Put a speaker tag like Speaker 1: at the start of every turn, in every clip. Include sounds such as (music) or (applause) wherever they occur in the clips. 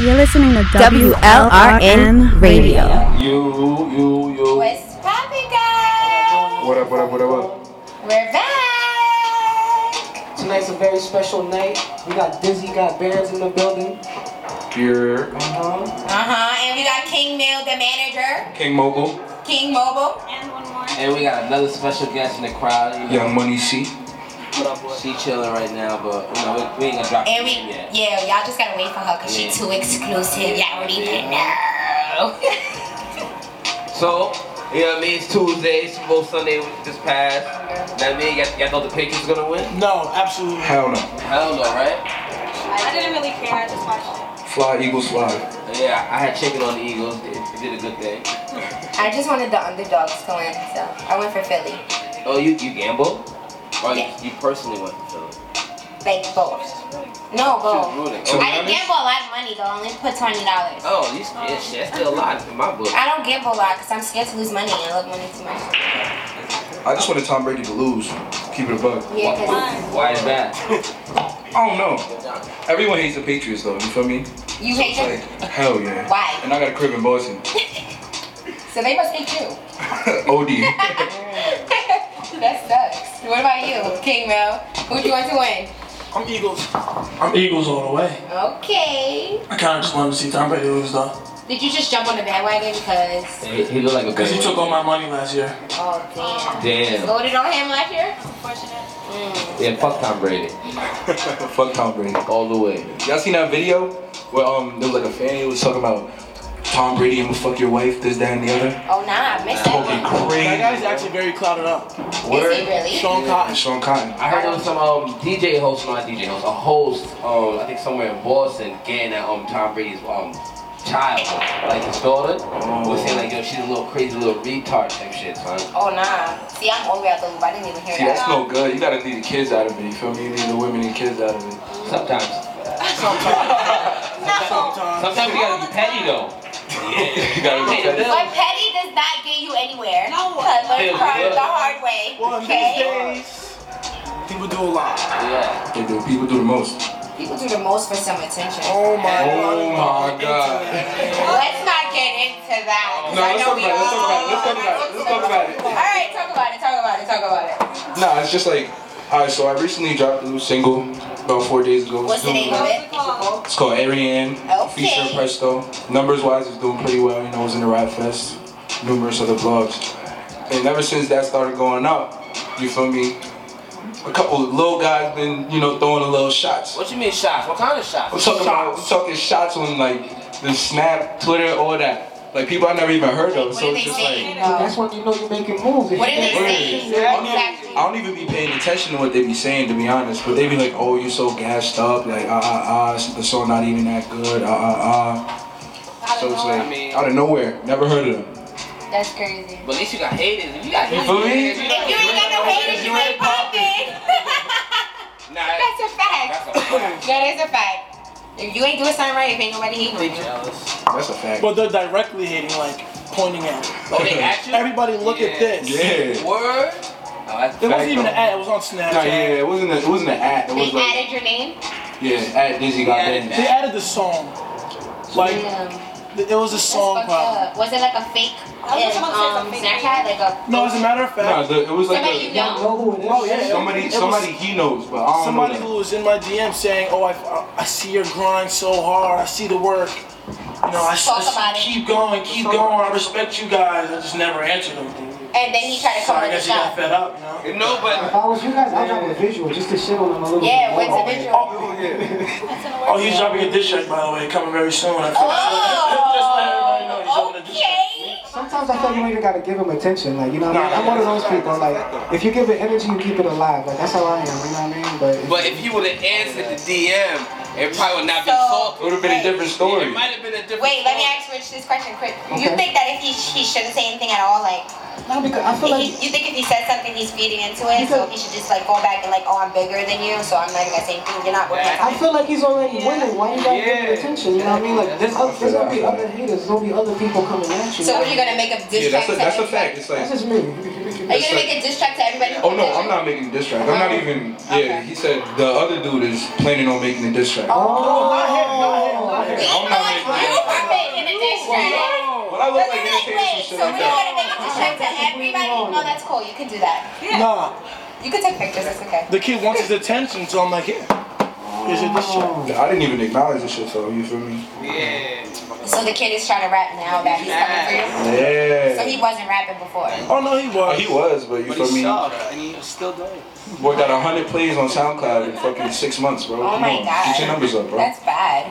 Speaker 1: You're listening to
Speaker 2: WLRN Radio.
Speaker 3: You, you, you.
Speaker 4: What's poppin', guys?
Speaker 3: What up, what up, what up, what up?
Speaker 4: We're back.
Speaker 5: Tonight's a very special night. We got Dizzy, got Barons in the building.
Speaker 3: You're
Speaker 5: Uh-huh.
Speaker 4: Uh huh. And we got King Mail, the manager,
Speaker 3: King Mogul,
Speaker 4: King Mobile.
Speaker 6: And we got another special guest in the crowd. You know,
Speaker 3: Young Money C.
Speaker 5: What up, boy?
Speaker 6: she chilling right now, but you know, we, we ain't gonna drop
Speaker 4: And
Speaker 6: it
Speaker 4: we,
Speaker 6: yet.
Speaker 4: yeah, y'all just gotta wait for her because
Speaker 6: Yeah.
Speaker 4: she too exclusive. Y'all already know.
Speaker 6: So, you know what I mean? It's Tuesday, Super Bowl Sunday just passed. Know what I mean? Y'all, y'all thought the Patriots gonna win?
Speaker 5: No, absolutely.
Speaker 3: Hell no.
Speaker 6: Hell no, right?
Speaker 7: I didn't really care. I just watched
Speaker 3: Fly, Eagles, fly.
Speaker 6: Yeah, I had chicken on the Eagles. They, they did a good thing.
Speaker 4: I just wanted the underdogs to win, so I went for Philly.
Speaker 6: Oh, you you gamble? Or you,
Speaker 4: Yeah.
Speaker 6: you personally went for Philly?
Speaker 4: Like both. No,
Speaker 6: She was
Speaker 4: both.
Speaker 6: rooting.
Speaker 3: So-
Speaker 6: Oh,
Speaker 4: I didn't gamble a lot of money though. I only put twenty dollars.
Speaker 6: oh, you yeah, shit, that's still a lot in my book.
Speaker 4: I don't gamble a lot because I'm scared to lose money. I love money too much.
Speaker 3: I just wanted Tom Brady to lose. Keep it a bug.
Speaker 4: Yeah, because
Speaker 6: Why is that?
Speaker 3: I don't know. Everyone hates the Patriots though, you feel me?
Speaker 4: you
Speaker 3: So
Speaker 4: hate
Speaker 3: it's
Speaker 4: them.
Speaker 3: like, hell yeah.
Speaker 4: Why?
Speaker 3: And I got a crib in Boston. (laughs)
Speaker 4: So they must hate you.
Speaker 3: OD.
Speaker 4: (laughs) that sucks. What about you, King Mel? Who'd you want to win?
Speaker 8: I'm Eagles. I'm Eagles all the way.
Speaker 4: Okay.
Speaker 8: I kind of just wanted to see Tom Brady lose though,
Speaker 4: Did you just jump on the bandwagon because?
Speaker 6: He, he looked like a
Speaker 8: because he
Speaker 6: bad
Speaker 8: took
Speaker 6: boy.
Speaker 8: all my money last year.
Speaker 4: Oh damn.
Speaker 6: Damn.
Speaker 4: Voted on him last year.
Speaker 7: Unfortunate.
Speaker 6: Yeah, fuck Tom Brady.
Speaker 3: Fuck Tom Brady.
Speaker 6: All the way.
Speaker 3: Y'all seen that video? Where um, there was like a fan, he was talking about Tom Brady, I'ma fuck your wife, this, that, and the other.
Speaker 4: Oh nah, I missed that
Speaker 3: Talking
Speaker 4: one.
Speaker 8: That
Speaker 3: crazy.
Speaker 8: guy's actually very clouded up.
Speaker 4: Is he
Speaker 3: Word.
Speaker 4: really?
Speaker 8: Sean Cotton.
Speaker 3: And Sean Cotton.
Speaker 6: I heard there was some um, DJ host, not DJ host, a host, um, I think somewhere in Boston, getting at um, Tom Brady's um, child, like his daughter, was saying like, yo, she's a little crazy, little retard type shit, son.
Speaker 4: Oh nah. See, I'm all the way out the loop. I didn't even hear
Speaker 3: See, that's
Speaker 4: that.
Speaker 3: no good. You gotta leave the kids out of it. You feel me? You need the women and kids out of it.
Speaker 6: Sometimes,
Speaker 8: Sometimes.
Speaker 6: sometimes you gotta be petty though. (laughs)
Speaker 3: You gotta
Speaker 6: Pay
Speaker 3: respect.
Speaker 6: the bills.
Speaker 4: But petty does not get you anywhere.
Speaker 7: No.
Speaker 4: Cause (laughs)
Speaker 6: Hey,
Speaker 4: learn from
Speaker 6: what?
Speaker 4: the hard way.
Speaker 8: Well, in
Speaker 4: Okay.
Speaker 8: these days, people do a lot.
Speaker 6: Yeah.
Speaker 3: They do. People do the most.
Speaker 4: People do the most for some attention.
Speaker 8: Oh my
Speaker 3: Oh
Speaker 8: God.
Speaker 3: my God.
Speaker 4: Let's not get into that. 'cause
Speaker 3: No,
Speaker 4: I
Speaker 3: let's
Speaker 4: know
Speaker 3: talk
Speaker 4: we
Speaker 3: about it, let's talk about it, let's
Speaker 4: all-
Speaker 3: talk about it, let's talk about it.
Speaker 4: All right, talk about it. Talk about it. Talk about it.
Speaker 3: Nah, it's just like, alright. So I recently dropped a new single about four days ago.
Speaker 4: What's the name of it?
Speaker 3: It's called Ariane.
Speaker 4: Okay.
Speaker 3: Featuring Presto. Numbers wise, it's doing pretty well. You know, it was in the Rap Fest, numerous other blogs, and ever since that started going up, you feel me? A couple of little guys been, you know, throwing a little shots.
Speaker 6: What you mean shots? What kind of shots?
Speaker 3: I'm talking about I'm talking shots on like the Snap, Twitter, all that. Like people I never even heard of.
Speaker 4: What
Speaker 3: so
Speaker 4: did
Speaker 3: it's
Speaker 4: they
Speaker 3: just
Speaker 4: say?
Speaker 3: like
Speaker 4: No.
Speaker 6: when you know you're making moves.
Speaker 4: What did they say?
Speaker 3: I
Speaker 4: Exactly.
Speaker 3: don't even be paying attention to what they be saying to be honest. But they be like, oh you so gassed up, like ah ah ah the song not even that good, ah ah ah. So it's like
Speaker 6: I mean-
Speaker 3: out of nowhere. Never heard of them.
Speaker 4: That's crazy.
Speaker 6: But at least you got haters. If you got haters,
Speaker 3: For me?
Speaker 6: you
Speaker 4: If you ain't got no haters, you ain't popping. (laughs)
Speaker 6: Nah,
Speaker 4: That's a fact.
Speaker 6: that's a fact.
Speaker 4: That is a fact. If you ain't doing something right, if ain't nobody hating you.
Speaker 3: (laughs)
Speaker 6: Jealous.
Speaker 3: That's a fact.
Speaker 8: But they're directly hating, like pointing at.
Speaker 6: Oh, they at you?
Speaker 8: Everybody, look at
Speaker 6: Yeah.
Speaker 8: this.
Speaker 3: yeah.
Speaker 6: Word? Oh, that's
Speaker 8: It
Speaker 3: Fact,
Speaker 8: wasn't even an
Speaker 3: though.
Speaker 8: ad. It was on Snapchat.
Speaker 3: Nah, yeah, it wasn't a, it wasn't an ad. It
Speaker 4: They
Speaker 3: was like
Speaker 4: added your name.
Speaker 3: yeah, at Dizzy got
Speaker 6: Yeah.
Speaker 3: banned.
Speaker 8: They added the song. Like
Speaker 4: Yeah.
Speaker 8: th- it was a
Speaker 4: That's
Speaker 8: song
Speaker 4: fucked
Speaker 8: problem.
Speaker 4: up. Was it like a fake
Speaker 7: I was just
Speaker 4: um,
Speaker 7: about to say
Speaker 4: um,
Speaker 7: something.
Speaker 4: Snapchat? Like a
Speaker 8: No, as a matter
Speaker 3: Nah,
Speaker 8: of fact,
Speaker 3: the, it was like
Speaker 4: somebody
Speaker 3: a-
Speaker 4: you know?
Speaker 8: oh yeah, it- it
Speaker 3: somebody
Speaker 8: was-
Speaker 3: somebody he knows, but I don't
Speaker 8: Somebody
Speaker 3: know.
Speaker 8: who
Speaker 3: them.
Speaker 8: was in my DM saying, "Oh, I, I see your grind so hard. I see the work. You know,
Speaker 4: Talk
Speaker 8: I, I see-
Speaker 4: about it.
Speaker 8: keep going, keep going. I respect you guys. I just never answered them.
Speaker 4: And then he tried to
Speaker 8: So
Speaker 4: come
Speaker 8: I
Speaker 4: on the
Speaker 8: guess you got
Speaker 4: shop.
Speaker 8: fed up, you know.
Speaker 6: No, but
Speaker 9: If I was you guys, I'd have a visual just to shit on them a little bit.
Speaker 4: Yeah, when's the visual?
Speaker 8: Oh, he's dropping a diss track, by the way, coming very soon. I think. just let everybody know he's
Speaker 4: Oh,
Speaker 8: dropping a diss track.
Speaker 4: okay.
Speaker 9: Sometimes I feel you don't even gotta give them attention. Like, you know what I mean? I'm one of those people. Like, if you give it energy, you keep it alive. Like, that's how I am. You know what I mean? But,
Speaker 6: but if you would have answered the DM, it probably would not be
Speaker 4: So-
Speaker 3: It
Speaker 6: salty.
Speaker 3: would have been a different story.
Speaker 6: It might have been a different.
Speaker 4: Wait, let me
Speaker 6: story.
Speaker 4: ask Rich this question quick. You
Speaker 9: Okay.
Speaker 4: think that if he, he shouldn't say anything at all, like,
Speaker 9: no, because I feel
Speaker 4: he,
Speaker 9: like
Speaker 4: you think if he says something, he's feeding into it, so
Speaker 9: Because-
Speaker 4: he should just like go back and like, oh, I'm bigger than you, so I'm not even gonna say anything. You're not worth my
Speaker 9: I
Speaker 4: time.
Speaker 9: feel like he's already winning. Why you gotta give him attention? You know what I mean? Like, there's, oth- there's gonna be other haters. There's gonna be other people coming at you.
Speaker 4: So what are you gonna make a
Speaker 3: Yeah,
Speaker 4: diss track?
Speaker 3: that's a,
Speaker 4: to
Speaker 3: that's a
Speaker 4: everybody?
Speaker 3: fact. It's
Speaker 9: That's
Speaker 3: like,
Speaker 9: just
Speaker 4: Are
Speaker 9: me.
Speaker 4: you gonna make a diss track to everybody?
Speaker 3: oh no, I'm not making a diss track. I'm not even. Yeah,
Speaker 4: Okay. Oh.
Speaker 3: he said the other dude is planning on making a diss track.
Speaker 8: Oh, not him, not him, not him.
Speaker 4: We
Speaker 3: I'm not
Speaker 4: know
Speaker 3: But I look like an entertainer, some shit
Speaker 4: So
Speaker 3: like
Speaker 4: we don't
Speaker 3: that.
Speaker 4: want to make it to check to everybody. No, that's cool. You can do that.
Speaker 8: Nah,
Speaker 4: You can take pictures. That's okay.
Speaker 8: the kid wants his attention, so I'm like, here. Is it this shit?
Speaker 3: Yeah, I didn't even acknowledge this shit though, you feel me?
Speaker 4: So the kid is trying to rap now that he's coming for you. So
Speaker 3: Yeah.
Speaker 4: he wasn't rapping before.
Speaker 8: Oh no, he
Speaker 3: Oh,
Speaker 8: was.
Speaker 3: he was, but you feel me?
Speaker 1: and he still doing
Speaker 3: Boy got 100 plays on SoundCloud in fucking six months, bro.
Speaker 4: Oh
Speaker 3: Come
Speaker 4: my
Speaker 3: on.
Speaker 4: god.
Speaker 3: Get your numbers up, bro.
Speaker 4: That's bad.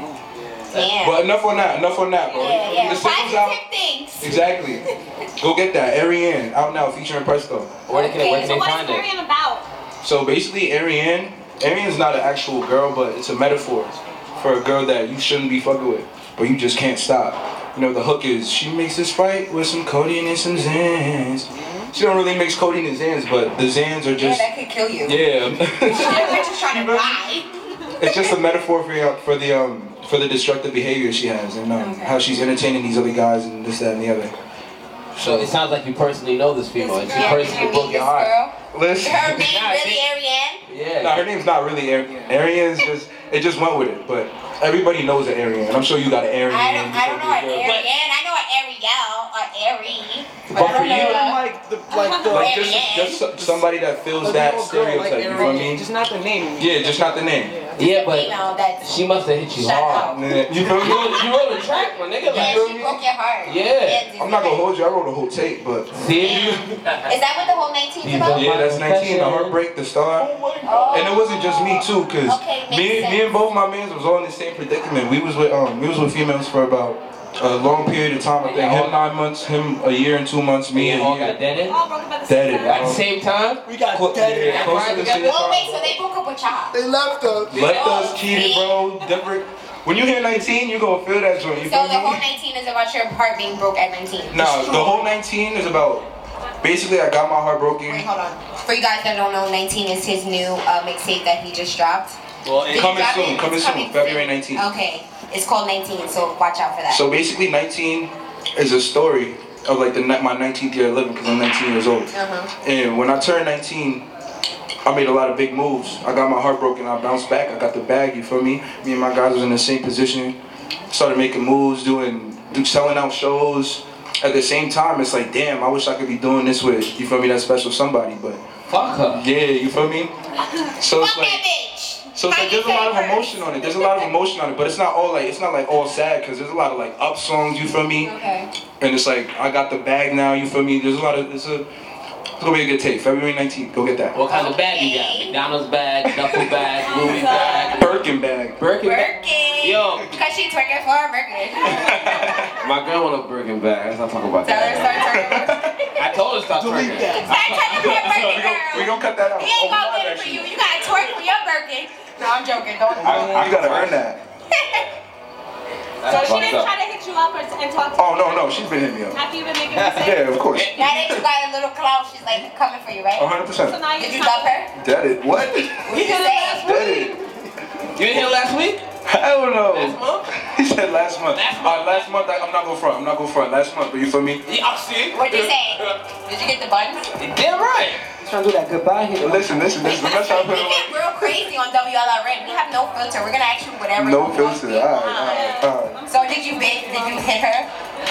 Speaker 4: Damn.
Speaker 3: But enough on that, enough on that, bro.
Speaker 4: yeah, yeah.
Speaker 3: The single's out.
Speaker 4: Positive things.
Speaker 3: Exactly. Go get that. Ariane, out now featuring Presto.
Speaker 6: Where they can, where can
Speaker 7: So
Speaker 6: they
Speaker 7: what
Speaker 6: find
Speaker 7: is
Speaker 6: it?
Speaker 7: Marion about?
Speaker 3: So basically, Ariane, Ariane's not an actual girl, but it's a metaphor for a girl that you shouldn't be fucking with, but you just can't stop. You know, the hook is she makes this fight with some codeine and some Zans.
Speaker 4: Mm-hmm.
Speaker 3: She don't really mix codeine and Zans, but the Zans are
Speaker 4: Yeah,
Speaker 3: just.
Speaker 4: that could kill you.
Speaker 3: Yeah. (laughs)
Speaker 4: They're just trying to die.
Speaker 3: it's just a metaphor for the, for the um for the destructive behavior she has and um, how she's entertaining these other guys and this that and the other.
Speaker 6: So it sounds like you personally know this female. and
Speaker 4: This
Speaker 6: She
Speaker 4: girl,
Speaker 6: personally
Speaker 4: you
Speaker 6: broke
Speaker 4: mean
Speaker 6: your
Speaker 4: this
Speaker 6: heart.
Speaker 4: girl?
Speaker 3: Listen. (laughs)
Speaker 4: Her name
Speaker 6: Nah,
Speaker 4: really
Speaker 6: she-
Speaker 4: Ariane?
Speaker 3: Nah,
Speaker 6: Yeah.
Speaker 3: her name's not really Ar- Arian. It's just it just went with it, but everybody knows an Arian. I'm sure you got an Arian.
Speaker 4: I don't, I don't know an
Speaker 3: Yeah.
Speaker 4: Ariane. I know an Ariel or Ari. But,
Speaker 3: But
Speaker 4: I
Speaker 3: for
Speaker 4: don't
Speaker 3: you,
Speaker 4: know.
Speaker 3: I'm
Speaker 4: uh,
Speaker 1: Like the like the
Speaker 3: Like just, just so- somebody that fills that stereotype. you know what I mean?
Speaker 5: Just not the name.
Speaker 3: Yeah, just not the name.
Speaker 6: Yeah,
Speaker 4: you
Speaker 6: but
Speaker 4: know, that's.
Speaker 6: she must have hit you
Speaker 4: Shut
Speaker 6: hard.
Speaker 4: up.
Speaker 3: Yeah, You feel
Speaker 6: You
Speaker 3: me?
Speaker 6: wrote, you wrote a track, my nigga.
Speaker 4: Yeah,
Speaker 6: Like,
Speaker 4: she broke your heart.
Speaker 6: Yeah.
Speaker 4: dude,
Speaker 3: I'm not gonna
Speaker 4: like-
Speaker 3: hold you. I wrote a whole tape, but
Speaker 6: see?
Speaker 4: Is that what the whole 19's
Speaker 6: You
Speaker 4: about?
Speaker 6: don't-
Speaker 3: yeah, that's 19. The heartbreak, the star.
Speaker 4: Oh.
Speaker 3: And it wasn't just me too, cause
Speaker 4: Okay, makes
Speaker 3: me, me and
Speaker 4: sense.
Speaker 3: both my mans was all in the same predicament. We was with um, we was with females for about a long period of time. I think him nine months, him a year and two months, me
Speaker 6: Me
Speaker 3: a
Speaker 6: and all got
Speaker 3: year.
Speaker 6: dead
Speaker 7: All broken by the same
Speaker 3: Dead it.
Speaker 7: time.
Speaker 6: At the same time?
Speaker 1: We got
Speaker 3: Clo-
Speaker 1: dead.
Speaker 3: yeah, close to the same
Speaker 4: Oh,
Speaker 3: time.
Speaker 4: wait, so they broke up with y'all.
Speaker 1: They left us.
Speaker 3: Left us cheated, bro. Different. When you hit 19, you gonna feel that joint. You
Speaker 4: So
Speaker 3: feel
Speaker 4: the whole
Speaker 3: me?
Speaker 4: 19 is about your heart being broke at 19.
Speaker 3: Nah, the whole 19 is about basically I got my heart
Speaker 4: Wait,
Speaker 3: broken.
Speaker 4: hold on. For you guys that don't know, 19 is his new uh, mixtape that he just dropped.
Speaker 1: Well,
Speaker 4: Did he
Speaker 3: Coming
Speaker 4: drop
Speaker 3: soon,
Speaker 4: it?
Speaker 3: coming
Speaker 4: It's
Speaker 3: soon, February 19.
Speaker 4: Okay, it's called 19, so watch out for that.
Speaker 3: So basically, 19 is a story of like the ni- my 19th year of living because I'm 19 years old.
Speaker 4: uh-huh.
Speaker 3: And when I turned 19, I made a lot of big moves. I got my heart broken. I bounced back. I got the bag. You feel me? Me and my guys was in the same position. Started making moves, doing, do, selling out shows. At the same time, it's like, damn, I wish I could be doing this with you feel me that special somebody. But
Speaker 6: Fuck her.
Speaker 3: yeah, you feel me? So
Speaker 4: Fuck
Speaker 3: it's like.
Speaker 4: that bitch!
Speaker 3: So it's like there's a lot of emotion on it. There's a lot of emotion on it, but it's not all like it's not like all sad because there's a lot of like up songs. You feel me? (laughs)
Speaker 4: Okay.
Speaker 3: And it's like I got the bag now. You feel me? There's a lot of it's a it's gonna be a good tape. February 19th, go get that.
Speaker 6: What kind of bag you got? McDonald's bag, duffel bag, Louis bag,
Speaker 3: Birkin bag.
Speaker 6: Birkin bag.
Speaker 4: Birkin!
Speaker 6: Yo,
Speaker 4: Because she's twerking for a Birkin.
Speaker 6: my girl want a Birkin bag. Let's not talk
Speaker 4: (laughs)
Speaker 6: about
Speaker 4: Tell her to start
Speaker 6: that.
Speaker 4: twerking.
Speaker 3: (laughs)
Speaker 6: I told her stop
Speaker 1: Delete
Speaker 6: twerking.
Speaker 1: that.
Speaker 4: Start twerking for a Birkin,
Speaker 3: (laughs) We
Speaker 4: girl.
Speaker 3: gonna cut that out.
Speaker 4: He
Speaker 3: Oh,
Speaker 4: ain't gonna
Speaker 3: my God,
Speaker 4: get it for you.
Speaker 3: actually.
Speaker 4: You gotta twerk for your Birkin. No, I'm joking. Don't.
Speaker 3: I, I gotta earn that.
Speaker 7: So she
Speaker 6: That's fucked
Speaker 7: didn't
Speaker 6: up.
Speaker 7: try to hit you up or and talk to
Speaker 3: Oh
Speaker 7: you
Speaker 3: no no, she's been hitting me up.
Speaker 7: after you've been making (laughs) mistakes.
Speaker 3: Yeah, of course.
Speaker 4: (laughs) Now that you got a little clout, she's like coming for you, right?
Speaker 3: 100.
Speaker 7: So
Speaker 3: percent
Speaker 7: now
Speaker 4: Did
Speaker 7: you're
Speaker 4: you love her?
Speaker 3: That it. What?
Speaker 4: What you say?
Speaker 3: That it.
Speaker 6: You didn't hear last week?
Speaker 3: Hell
Speaker 6: Last
Speaker 3: no.
Speaker 6: month?
Speaker 3: He said last month.
Speaker 6: Last
Speaker 3: Uh,
Speaker 6: month.
Speaker 3: last month. I, I'm not going front. I'm not going front. Last month. But you feel me?
Speaker 6: Yeah, I see.
Speaker 4: What'd you say? Did you get
Speaker 3: (laughs)
Speaker 4: the buns?
Speaker 6: Damn right.
Speaker 5: He's trying to do that goodbye hit.
Speaker 3: Listen, listen, listen. I'm not trying to put
Speaker 4: We
Speaker 3: it
Speaker 4: get real crazy on WLR Red. We have no filter. We're gonna ask you
Speaker 3: on.
Speaker 4: whatever. you
Speaker 3: No
Speaker 4: want.
Speaker 3: filter. All right, all right, all right.
Speaker 4: So did you hit? Did you hit her?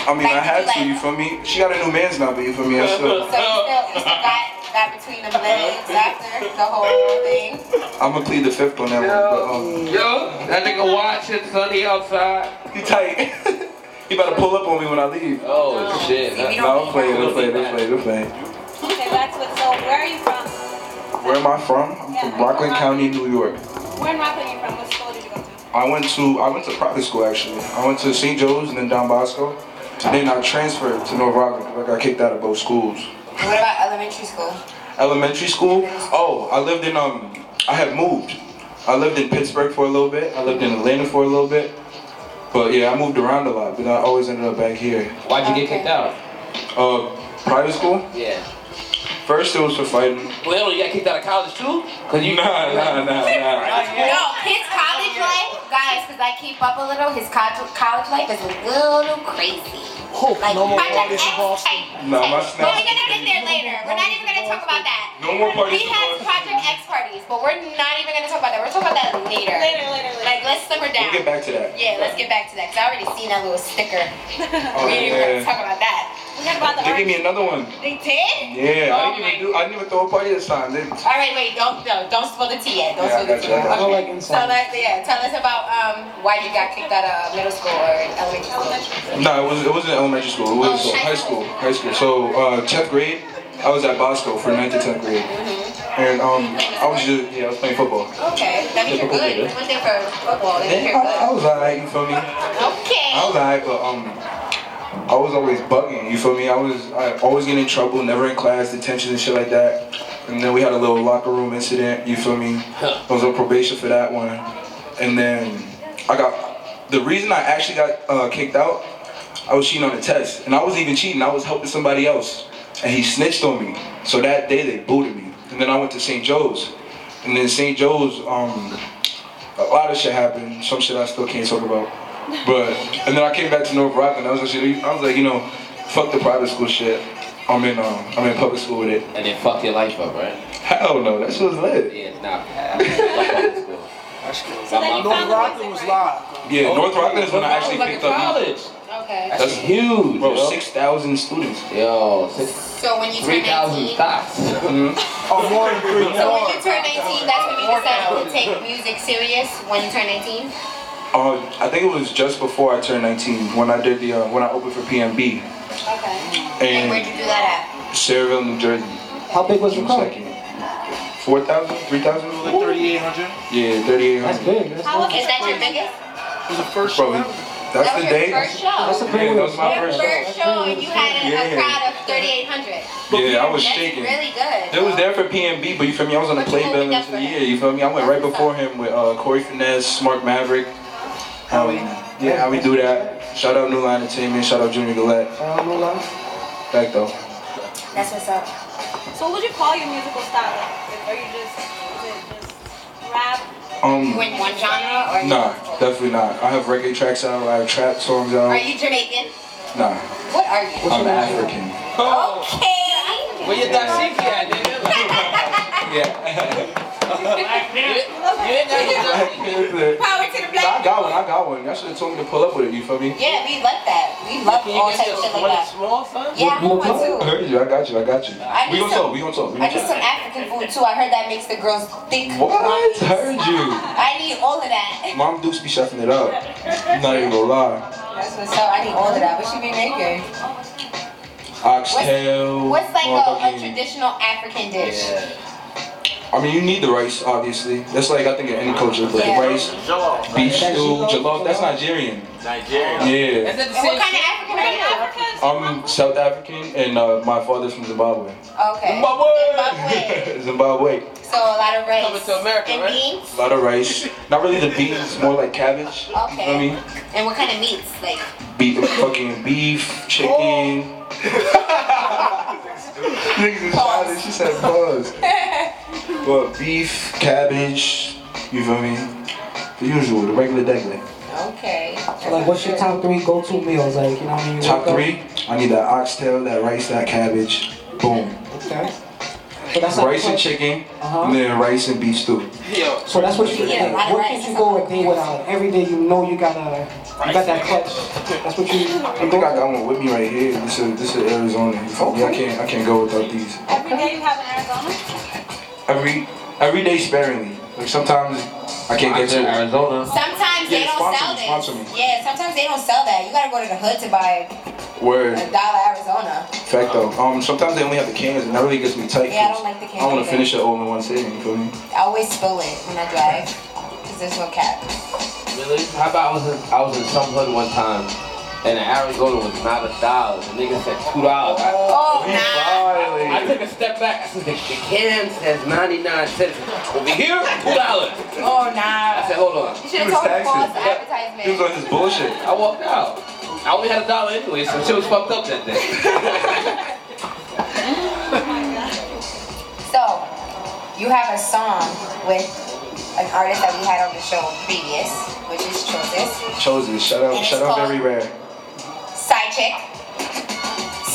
Speaker 3: I mean, I had to. You feel me? She got a new man's now, but you feel me? I still,
Speaker 4: So you still, you still got got between the legs after the whole thing.
Speaker 3: I'm gonna plead the fifth on that one.
Speaker 6: Yo, that nigga watch it sunny outside.
Speaker 3: But um, he tight. (laughs) he about to pull up on me when I leave.
Speaker 6: Oh shit. that-
Speaker 3: No, I'm playing. I'm playing. I'm playing. I'm playing.
Speaker 7: Okay, that's what. So where are you from?
Speaker 3: Where am I from? I'm from Rockland County, New York.
Speaker 7: Where in Rockland are you from? What school did you go to?
Speaker 3: I went to I went to private school actually. I went to St. Joe's and then Don Bosco. And then I transferred to North Rockland. 'cause I got kicked out of both schools.
Speaker 4: What about elementary school?
Speaker 3: Elementary school. Oh, I lived in um. I had moved. I lived in Pittsburgh for a little bit. I lived in Atlanta for a little bit. But yeah, I moved around a lot. But I always ended up back here.
Speaker 6: Why'd you get kicked out?
Speaker 3: Uh, private school.
Speaker 6: Yeah.
Speaker 3: First it was for fighting.
Speaker 6: Well, you got kicked out of college too? Cause you.
Speaker 3: (laughs) Nah, nah, nah, nah.
Speaker 4: No, his college life, guys, because I keep up a little. His college college life is a little crazy.
Speaker 1: Hope
Speaker 4: Like
Speaker 1: Oh, no more
Speaker 4: Project
Speaker 1: August
Speaker 4: X
Speaker 1: Boston.
Speaker 4: type.
Speaker 3: Nah, my
Speaker 4: But we're
Speaker 3: snap.
Speaker 4: gonna get there later. We're not even gonna talk about that.
Speaker 3: No more parties.
Speaker 4: We had Project X parties, but we're not even gonna talk about that. We're talking about that later.
Speaker 7: Later, later, later.
Speaker 4: Like, let's simmer down.
Speaker 3: We'll get back to that.
Speaker 4: Yeah, let's get back to that. Cause I already seen that little sticker.
Speaker 3: Oh,
Speaker 4: we didn't even
Speaker 3: yeah.
Speaker 4: have to talk about that.
Speaker 7: We had about the
Speaker 3: They gave me
Speaker 7: orange.
Speaker 3: another one.
Speaker 4: They did?
Speaker 3: Yeah,
Speaker 4: Oh
Speaker 3: I didn't even
Speaker 4: my
Speaker 3: do. I didn't even throw a party this time. They,
Speaker 4: All right, wait, don't no, don't spill the tea yet. Don't
Speaker 3: Yeah,
Speaker 4: spill
Speaker 3: I
Speaker 4: the
Speaker 3: got
Speaker 4: tea.
Speaker 3: you, I
Speaker 9: got you. I don't like
Speaker 4: Okay.
Speaker 9: inside.
Speaker 4: Tell us, yeah, tell us about um why you got kicked out of middle school or elementary school.
Speaker 3: No, it wasn't. It wasn't elementary school. It was uh, high school. High school. So uh, tenth grade, I was at Bosco for ninth to tenth grade, and um, I was just yeah, I was playing football.
Speaker 4: Okay, that means you're good. You went there for football. That means
Speaker 3: Yeah, I,
Speaker 4: you're
Speaker 3: I
Speaker 4: good.
Speaker 3: was alright. You feel me? I
Speaker 4: Okay.
Speaker 3: was alright, but um, I was always bugging. You feel me? I was I always getting in trouble, never in class, detention and shit like that. And then we had a little locker room incident. You feel me? I was on probation for that one, and then I got the reason I actually got uh, kicked out. I was cheating on the test, and I wasn't even cheating. I was helping somebody else, and he snitched on me. So that day they booted me, and then I went to St. Joe's, and then St. Joe's, um, a lot of shit happened. Some shit I still can't talk about. But and then I came back to North Rockland. I was actually, I was like, you know, fuck the private school shit. I'm in, um, I'm in public school with it.
Speaker 6: And then fuck your life up, right?
Speaker 3: Hell no, that shit was lit.
Speaker 6: Yeah, nah. I was in school.
Speaker 7: So then you found
Speaker 1: North
Speaker 7: the
Speaker 1: Rockland was
Speaker 7: music, right?
Speaker 1: live.
Speaker 3: Yeah,
Speaker 4: Oh,
Speaker 3: North Rockland is when I
Speaker 6: That was
Speaker 3: actually
Speaker 6: like
Speaker 3: picked
Speaker 6: in
Speaker 3: up.
Speaker 6: college.
Speaker 4: Okay.
Speaker 6: That's huge.
Speaker 3: Bro,
Speaker 6: yo.
Speaker 3: six thousand students.
Speaker 6: Yo, six,
Speaker 4: So when you turn
Speaker 6: three thousand
Speaker 4: 19,
Speaker 6: stops.
Speaker 1: Oh, more than three
Speaker 4: so when
Speaker 1: more.
Speaker 4: you turn 19, that's when you decided to take music serious. When you turn 19.
Speaker 3: Uh, I think it was just before I turned 19 when I did the uh, when I opened for PMB
Speaker 4: Okay. And where'd
Speaker 3: in
Speaker 4: you do that
Speaker 3: Sayreville, New Jersey.
Speaker 9: How big was the crowd?
Speaker 3: Four thousand, three thousand,
Speaker 1: Like 3,800.
Speaker 3: yeah, thirty-eight
Speaker 9: That's
Speaker 3: hundred.
Speaker 9: big. That's,
Speaker 7: How
Speaker 4: at?
Speaker 7: was
Speaker 4: Is
Speaker 7: it?
Speaker 4: that your biggest?
Speaker 1: It was the first
Speaker 3: Bro,
Speaker 1: one.
Speaker 3: that's
Speaker 4: that
Speaker 3: the
Speaker 4: was
Speaker 3: day.
Speaker 4: your first show.
Speaker 9: that's a
Speaker 3: Yeah,
Speaker 9: big
Speaker 3: that was
Speaker 9: one.
Speaker 3: my
Speaker 4: Your
Speaker 3: first.
Speaker 4: first show, and you had a, a
Speaker 3: Yeah.
Speaker 4: crowd of 3,800.
Speaker 3: Yeah, I was
Speaker 4: That's
Speaker 3: shaking.
Speaker 4: really good.
Speaker 3: It was there for PNB, but you feel me? I was on the
Speaker 4: But you
Speaker 3: playbill
Speaker 4: opened up
Speaker 3: into
Speaker 4: for
Speaker 3: the
Speaker 4: him.
Speaker 3: year. You feel me? I went right before him with uh, Corey Finesse, Mark Maverick. Um, yeah, how we do that. Shout out New Line Entertainment. Shout out Junior Gillette.
Speaker 9: I don't know, like,
Speaker 3: Back though.
Speaker 4: That's what's up.
Speaker 7: So what would you call your musical style? Like, are you just, is it just rap?
Speaker 4: You
Speaker 3: Um,
Speaker 4: in one genre or?
Speaker 3: nah, definitely not. I have reggae tracks out. I have trap songs out.
Speaker 4: Are you Jamaican?
Speaker 3: Nah,
Speaker 4: What are you?
Speaker 3: I'm
Speaker 4: (laughs)
Speaker 3: African. Oh.
Speaker 4: Okay.
Speaker 6: Where your dashiki at, nigga?
Speaker 3: Yeah.
Speaker 6: You ain't got your dashiki.
Speaker 4: Power to the
Speaker 3: I
Speaker 4: black.
Speaker 3: got one. I got one. Y'all should have told me to pull up with it. You feel me?
Speaker 4: Yeah, we love that. We love
Speaker 6: Can
Speaker 4: all
Speaker 6: you get
Speaker 4: types of Oh, shit
Speaker 6: your
Speaker 4: like
Speaker 6: one
Speaker 4: that.
Speaker 6: small, son?
Speaker 4: Yeah, I want
Speaker 3: I
Speaker 4: one too.
Speaker 3: heard you. I got you. I got you.
Speaker 4: I
Speaker 3: We
Speaker 4: need
Speaker 3: gonna
Speaker 4: some-
Speaker 3: talk. We gonna talk. We
Speaker 4: I
Speaker 3: gonna
Speaker 4: need some
Speaker 3: talk.
Speaker 4: African food too. I heard that makes the girls thick.
Speaker 3: What? Heard you.
Speaker 4: I need all of that.
Speaker 3: Mom Dukes be chefing it up. Not even gonna lie.
Speaker 4: That's what's up. I need all of that. What should we make it?
Speaker 3: Oxtail.
Speaker 4: What's like oh, a, a
Speaker 3: motherfucking-
Speaker 4: traditional African dish?
Speaker 6: Yeah.
Speaker 3: I mean, you need the rice, obviously. That's like I think in any culture, but
Speaker 4: Yeah.
Speaker 3: rice, beef stew, jollof. That's Nigerian.
Speaker 1: Nigeria.
Speaker 6: Is
Speaker 3: Yeah.
Speaker 6: that the
Speaker 4: And what
Speaker 6: same
Speaker 4: kind of
Speaker 6: shit?
Speaker 4: African are you?
Speaker 7: Africans?
Speaker 3: I'm South African, and uh, my father's from Zimbabwe.
Speaker 4: Okay.
Speaker 8: Oh,
Speaker 4: Zimbabwe.
Speaker 3: (laughs) Zimbabwe.
Speaker 4: So a lot of rice.
Speaker 6: Coming to America,
Speaker 4: and
Speaker 6: right?
Speaker 4: beans.
Speaker 3: A lot of rice. Not really the beans, more like cabbage. You know what I
Speaker 4: Okay.
Speaker 3: mean?
Speaker 4: And what kind of meats? Like
Speaker 3: Beef, fucking beef,
Speaker 9: (laughs)
Speaker 3: chicken. Niggas is silent. She said pause. but beef, cabbage. You feel me? The usual, the regular degular.
Speaker 4: okay.
Speaker 9: like, what's your top three go-to meals? Like, you know what I mean?
Speaker 3: Top
Speaker 9: Wake up-
Speaker 3: three. I need that oxtail, that rice, that cabbage. Boom.
Speaker 9: Okay. So that's Uh-huh. not-
Speaker 3: Rice and chicken. And then rice and beef stew.
Speaker 9: So that's what you
Speaker 4: Yeah,
Speaker 9: like,
Speaker 4: a lot of
Speaker 9: What
Speaker 4: rice.
Speaker 9: can you go a day without? Every day you know you gotta, you got that clutch. That's what you.
Speaker 4: (laughs)
Speaker 3: I think I got one with me right here. This is this is Arizona. You feel me? I can't I can't go without these.
Speaker 7: Every day you have in Arizona?
Speaker 3: Every every day sparingly. Like sometimes I can't get
Speaker 6: I'm in
Speaker 3: to it.
Speaker 6: Arizona.
Speaker 4: Sometimes they
Speaker 3: Yeah,
Speaker 4: don't
Speaker 3: sponsor
Speaker 4: sell
Speaker 3: me,
Speaker 4: that.
Speaker 3: sponsor me.
Speaker 4: Yeah, sometimes they don't sell that. You gotta go to the hood to buy
Speaker 3: Word.
Speaker 4: a dollar Arizona.
Speaker 3: Fact though, um, sometimes they only have the cans and that really gets me tight.
Speaker 4: Yeah, I
Speaker 3: 'cause
Speaker 4: don't like the cans
Speaker 3: I want
Speaker 4: either.
Speaker 3: to finish it all in one sitting, you feel me?
Speaker 4: I always spill it when I drive. Cause there's no cap.
Speaker 6: Really? How about I was in, I was in some hood one time, and in Arizona was not a dollar. The nigga said two dollars. I,
Speaker 4: Oh nah.
Speaker 6: I took a step back. I said the, the can says ninety nine cents. Over here, two dollars.
Speaker 4: Oh
Speaker 6: I
Speaker 4: nah.
Speaker 6: said, hold on.
Speaker 4: You should have
Speaker 3: was
Speaker 4: told the
Speaker 3: taxing.
Speaker 4: false
Speaker 3: He was
Speaker 4: advertisement.
Speaker 3: on his bullshit.
Speaker 6: I walked out. I only had a dollar anyway, so shit was fucked up that day.
Speaker 4: So you have a song with an artist that we had on the show previous, which is Chosis.
Speaker 3: Chose it. Shout
Speaker 4: And
Speaker 3: out,
Speaker 4: it's
Speaker 3: shout out,
Speaker 4: called-
Speaker 3: very rare.
Speaker 4: side chick.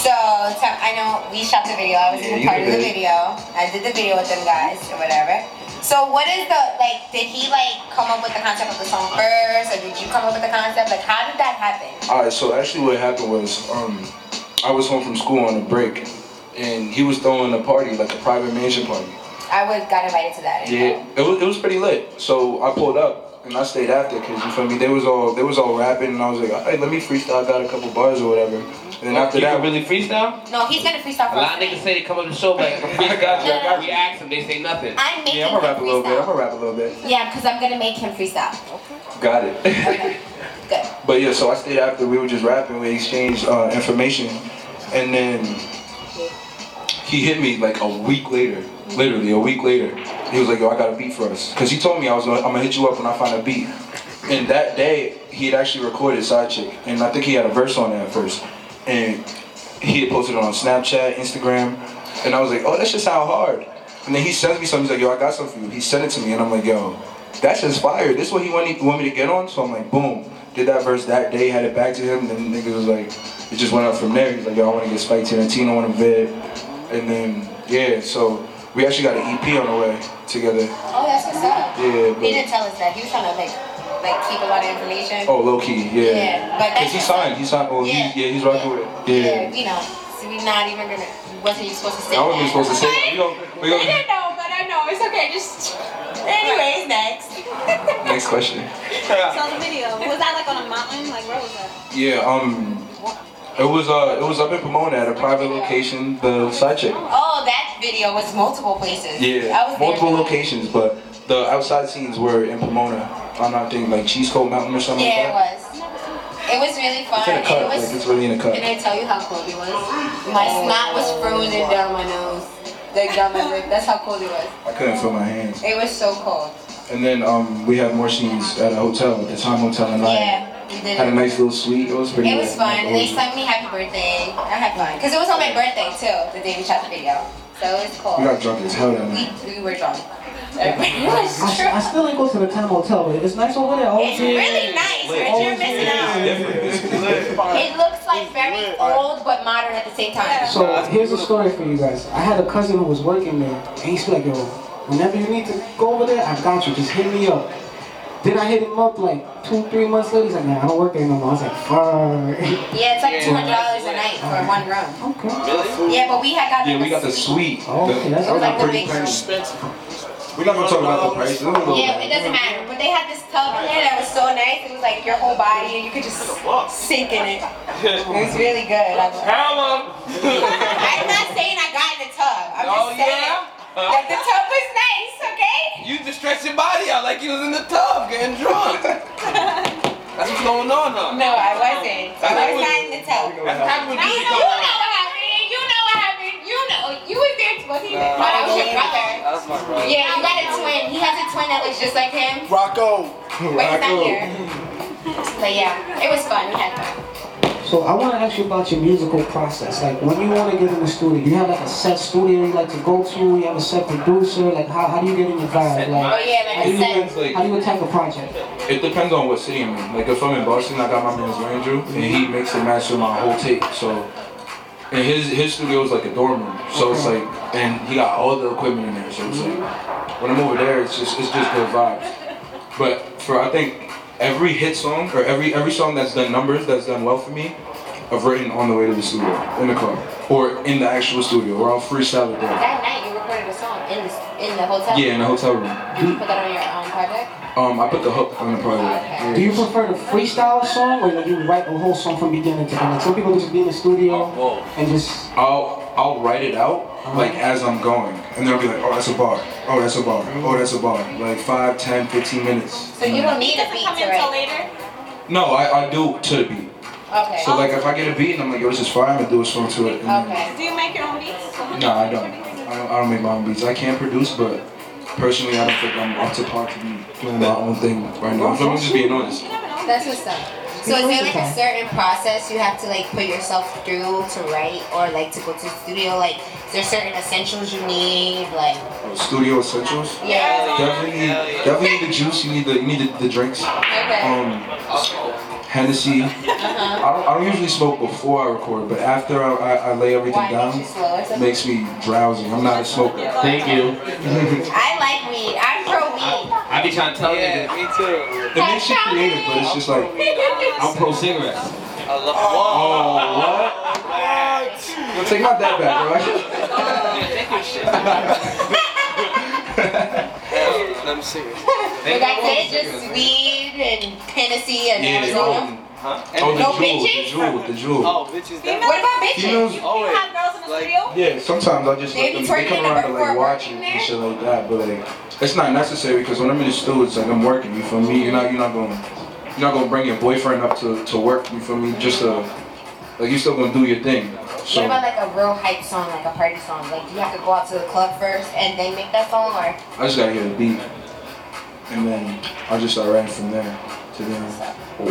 Speaker 4: So tell, I know we shot the video. I was
Speaker 6: Yeah,
Speaker 4: in
Speaker 6: you
Speaker 4: a part of
Speaker 6: did.
Speaker 4: the video. I did the video with them guys or whatever. So what is the like? Did he like come up with the concept of the song first, or did you come up with the concept? Like, how did that happen?
Speaker 3: All right, so actually what happened was um, I was home from school on a break, and he was throwing a party, like a private mansion party.
Speaker 4: I was got invited to that.
Speaker 3: Yeah, it was, it was pretty lit. So I pulled up and I stayed after because you feel me. They was all they was all rapping and I was like, all right, let me freestyle. I got a couple bars or whatever. And then after
Speaker 6: you
Speaker 3: that,
Speaker 6: can really freestyle?
Speaker 4: No, he's gonna freestyle
Speaker 6: A
Speaker 4: for us.
Speaker 6: lot of niggas say they come on the show (laughs) like, I
Speaker 3: I got you, I got
Speaker 6: We
Speaker 3: you.
Speaker 6: ask them, they say nothing.
Speaker 4: I'm making
Speaker 3: Yeah, I'm gonna
Speaker 4: him
Speaker 3: rap a little bit. I'm
Speaker 4: freestyle.
Speaker 3: gonna rap a little bit.
Speaker 4: Yeah, because I'm gonna make him freestyle.
Speaker 3: Got (laughs) it.
Speaker 4: Good.
Speaker 3: but yeah, so I stayed after. We were just rapping. We exchanged uh, information, and then he hit me like a week later. Literally a week later, he was like, "Yo, I got a beat for us." Cause he told me I was, gonna, I'm gonna hit you up when I find a beat. And that day, he had actually recorded Side Chick, and I think he had a verse on that first. And he had posted it on Snapchat, Instagram, and I was like, "Oh, that shit sound hard." And then he sends me something. He's like, "Yo, I got something for you." He sent it to me, and I'm like, "Yo, that's inspired. This is what he want, want me to get on." So I'm like, "Boom." Did that verse that day, had it back to him, then niggas was like, it just went up from there. He's like, yo, I wanna get Spike Tarantino on a vid. And then, yeah, so we actually got an EP on the way together.
Speaker 4: Oh, that's what's up.
Speaker 3: Yeah,
Speaker 4: He didn't
Speaker 3: but,
Speaker 4: tell us that. He was trying to like, like keep a lot of information.
Speaker 3: oh, low key, yeah.
Speaker 4: Yeah, but that's-
Speaker 3: Cause he signed, he signed, oh,
Speaker 4: Yeah.
Speaker 3: He, yeah, he's rocking with it. Yeah.
Speaker 4: you know, so we're not even gonna. Wasn't you supposed to say
Speaker 3: I wasn't even
Speaker 4: that?
Speaker 3: supposed to say that. We gon- we
Speaker 7: I
Speaker 3: gon-
Speaker 7: didn't know, but I know. It's okay. Just
Speaker 4: Anyways, next.
Speaker 3: (laughs) next question.
Speaker 7: saw the video. Was that like on a mountain? Like where was that?
Speaker 3: Yeah, um, it was uh, it was up in Pomona at a private location, the side chick.
Speaker 4: Oh, that video was multiple places. I
Speaker 3: Yeah,
Speaker 4: was
Speaker 3: multiple
Speaker 4: there.
Speaker 3: locations, but the outside scenes were in Pomona. On I think like Cheese Coat Mountain or something
Speaker 4: Yeah, it
Speaker 3: like that.
Speaker 4: was. It was really fun.
Speaker 3: It's in a cut,
Speaker 4: It
Speaker 3: like
Speaker 4: was.
Speaker 3: it's really in a cut.
Speaker 4: Can I tell you how cold it was? My snot was frozen down my nose, like down my lip. That's how cold it was.
Speaker 3: I couldn't feel my hands.
Speaker 4: It was so cold.
Speaker 3: And then um, we had more scenes at a hotel, the Time Hotel in Lyon.
Speaker 4: Yeah, we did
Speaker 3: Had a
Speaker 4: it.
Speaker 3: nice little suite. It was pretty.
Speaker 4: It was
Speaker 3: lit.
Speaker 4: fun. They
Speaker 3: We
Speaker 4: sung me happy birthday. I had fun. Because it was on my birthday too, the day we shot the video. So it was cool.
Speaker 3: got drunk as hell that
Speaker 4: We,
Speaker 3: night.
Speaker 4: we were drunk. Everybody
Speaker 3: (laughs)
Speaker 5: I,
Speaker 4: was
Speaker 5: s- I
Speaker 4: drunk.
Speaker 5: still ain't go to the time hotel, but it's nice over there.
Speaker 4: It's
Speaker 5: OG.
Speaker 4: really nice, but you're missing out. It looks like very old but modern at the same time.
Speaker 5: So here's a story for you guys. I had a cousin who was working there, and he's like, yo, whenever you need to go over there, I got you. Just hit me up. Then I hit him up like two, three months later. He's like, nah, I don't work there no more. I was like, fuck. (laughs)
Speaker 4: Yeah, it's like two hundred dollars a night for one room.
Speaker 5: Okay.
Speaker 4: Yeah, but we had got.
Speaker 3: Yeah, we got the
Speaker 4: suite.
Speaker 3: suite.
Speaker 5: Oh, okay, that's
Speaker 3: that was
Speaker 4: like
Speaker 3: a
Speaker 4: the
Speaker 3: pretty
Speaker 4: big
Speaker 3: price. We're not gonna talk about the price. We're gonna go
Speaker 4: Yeah,
Speaker 3: back.
Speaker 4: it doesn't matter. But they had this tub in there that was so nice. It was like your whole body, and you could just sink in
Speaker 3: (laughs)
Speaker 4: it. It was really good. I was- I'm not saying I got in the tub. I'm
Speaker 6: Oh,
Speaker 4: just saying
Speaker 6: yeah?
Speaker 4: that the tub was nice. Okay.
Speaker 6: You just stretch your body out like you was in the tub getting drunk. That's what's going on now.
Speaker 4: No, I wasn't. I was not in the tub.
Speaker 6: That's what happened
Speaker 4: No,
Speaker 6: with
Speaker 4: you
Speaker 6: these
Speaker 4: know what
Speaker 6: guys.
Speaker 4: happened. You know what happened. You know. You was there. Was he there? No, that was your brother.
Speaker 8: That's my brother.
Speaker 4: Yeah, you got a twin. He has a twin that looks just like him.
Speaker 1: Rocco.
Speaker 4: But he's not here. But yeah, it was fun. We had fun.
Speaker 5: So I want to ask you about your musical process. Like when you want to get in the studio, you have like a set studio you like to go to. You have a set producer. Like how, how do you get in your vibe?
Speaker 4: Oh
Speaker 5: Like
Speaker 4: yeah, like
Speaker 5: how
Speaker 4: I
Speaker 5: do you
Speaker 4: said.
Speaker 3: like-
Speaker 5: how do you attack a project?
Speaker 3: It depends on what city I'm in. Like if I'm in Boston, I got my man's Andrew, and he
Speaker 5: Mm-hmm.
Speaker 3: makes and matches my whole tape. So, and his his studio is like a dorm room. So it's like, and he got all the equipment in there. So it's
Speaker 5: Mm-hmm.
Speaker 3: like, when I'm over there, it's just it's just good vibes. But for I think every hit song or every every song that's done numbers that's done well for me, I've written on the way to the studio in the car or in the actual studio or I'll freestyle it there.
Speaker 4: That night you recorded a song in the in the hotel.
Speaker 3: Yeah, in the hotel room.
Speaker 4: Did you put that on your own project?
Speaker 3: Um, I put the hook on the project.
Speaker 4: Okay.
Speaker 5: Do you prefer to freestyle a song or like you write a whole song from beginning to end? Like some people just be in the
Speaker 6: Oh,
Speaker 5: studio and just
Speaker 3: I'll I'll write it out like as I'm going, and then I'll be like, oh that's a bar, oh that's a bar, oh that's a bar, like five, ten, fifteen minutes.
Speaker 4: So you don't need a
Speaker 7: Doesn't
Speaker 4: beat
Speaker 7: come
Speaker 4: to
Speaker 7: until
Speaker 4: write.
Speaker 7: later.
Speaker 3: No, I, I do to the beat.
Speaker 4: Okay.
Speaker 3: So like if I get a beat and I'm like, yo, this is fire, I'm gonna do a song to it. And then-
Speaker 4: Okay.
Speaker 7: Do you make your own beats?
Speaker 3: No, I don't. I don't. I don't make my own beats. I can produce, but personally, I don't think I'm up to par to be doing my own thing right now. If I'm just being honest.
Speaker 4: That's what's up. So is there like a certain process you have to like put yourself through to write or like to go to the studio? Like is there certain essentials you need? Like
Speaker 3: Oh, Studio essentials.
Speaker 4: yeah.
Speaker 3: Um, Definitely, definitely need the juice. You need the you need the, the drinks.
Speaker 4: Okay.
Speaker 3: Um, Hennessy. I, don't, I don't usually smoke before I record, but after I, I, I lay everything
Speaker 4: Why don't
Speaker 3: down,
Speaker 4: you slow it
Speaker 3: it
Speaker 4: down?
Speaker 3: makes me drowsy. I'm not a smoker.
Speaker 6: Thank you.
Speaker 4: I like weed. I'm pro weed.
Speaker 6: I be trying to tell you,
Speaker 10: me
Speaker 6: (laughs)
Speaker 10: too.
Speaker 3: It makes you creative, but it's just like,
Speaker 6: I'm pro cigarettes.
Speaker 10: I love oh.
Speaker 3: oh, what? Take my dad back,
Speaker 10: Hell, let me see it.
Speaker 4: Like I said, just weed and Tennessee and
Speaker 3: bro. Yeah,
Speaker 4: Arizona.
Speaker 3: oh,
Speaker 10: Huh?
Speaker 3: oh,
Speaker 4: No
Speaker 3: the
Speaker 4: bitches?
Speaker 3: jewel, the jewel, the jewel.
Speaker 10: Oh, bitches.
Speaker 7: Females-
Speaker 10: That,
Speaker 4: What about bitches?
Speaker 3: Females-
Speaker 7: You,
Speaker 10: Oh,
Speaker 7: you
Speaker 10: wait.
Speaker 7: have girls in the
Speaker 10: Like-
Speaker 7: studio?
Speaker 3: Yeah, sometimes I just
Speaker 4: They
Speaker 3: let them,
Speaker 4: be
Speaker 3: they
Speaker 4: twerking
Speaker 3: come
Speaker 4: and
Speaker 3: around to
Speaker 4: work
Speaker 3: like
Speaker 4: for
Speaker 3: watch
Speaker 4: working
Speaker 3: it
Speaker 4: there?
Speaker 3: and shit like that, but like it's not necessary because when I'm in the studio, it's like I'm working. You feel me? You're not you're not going you're not gonna bring your boyfriend up to, to work. You feel me? Just to like you're still gonna do your thing.
Speaker 4: What
Speaker 3: So
Speaker 4: about
Speaker 3: I
Speaker 4: like a real hype song, like a party song? Like you have to go out to the club first and then make that song, or
Speaker 3: just gotta hear the beat, and then I just start writing from there to there.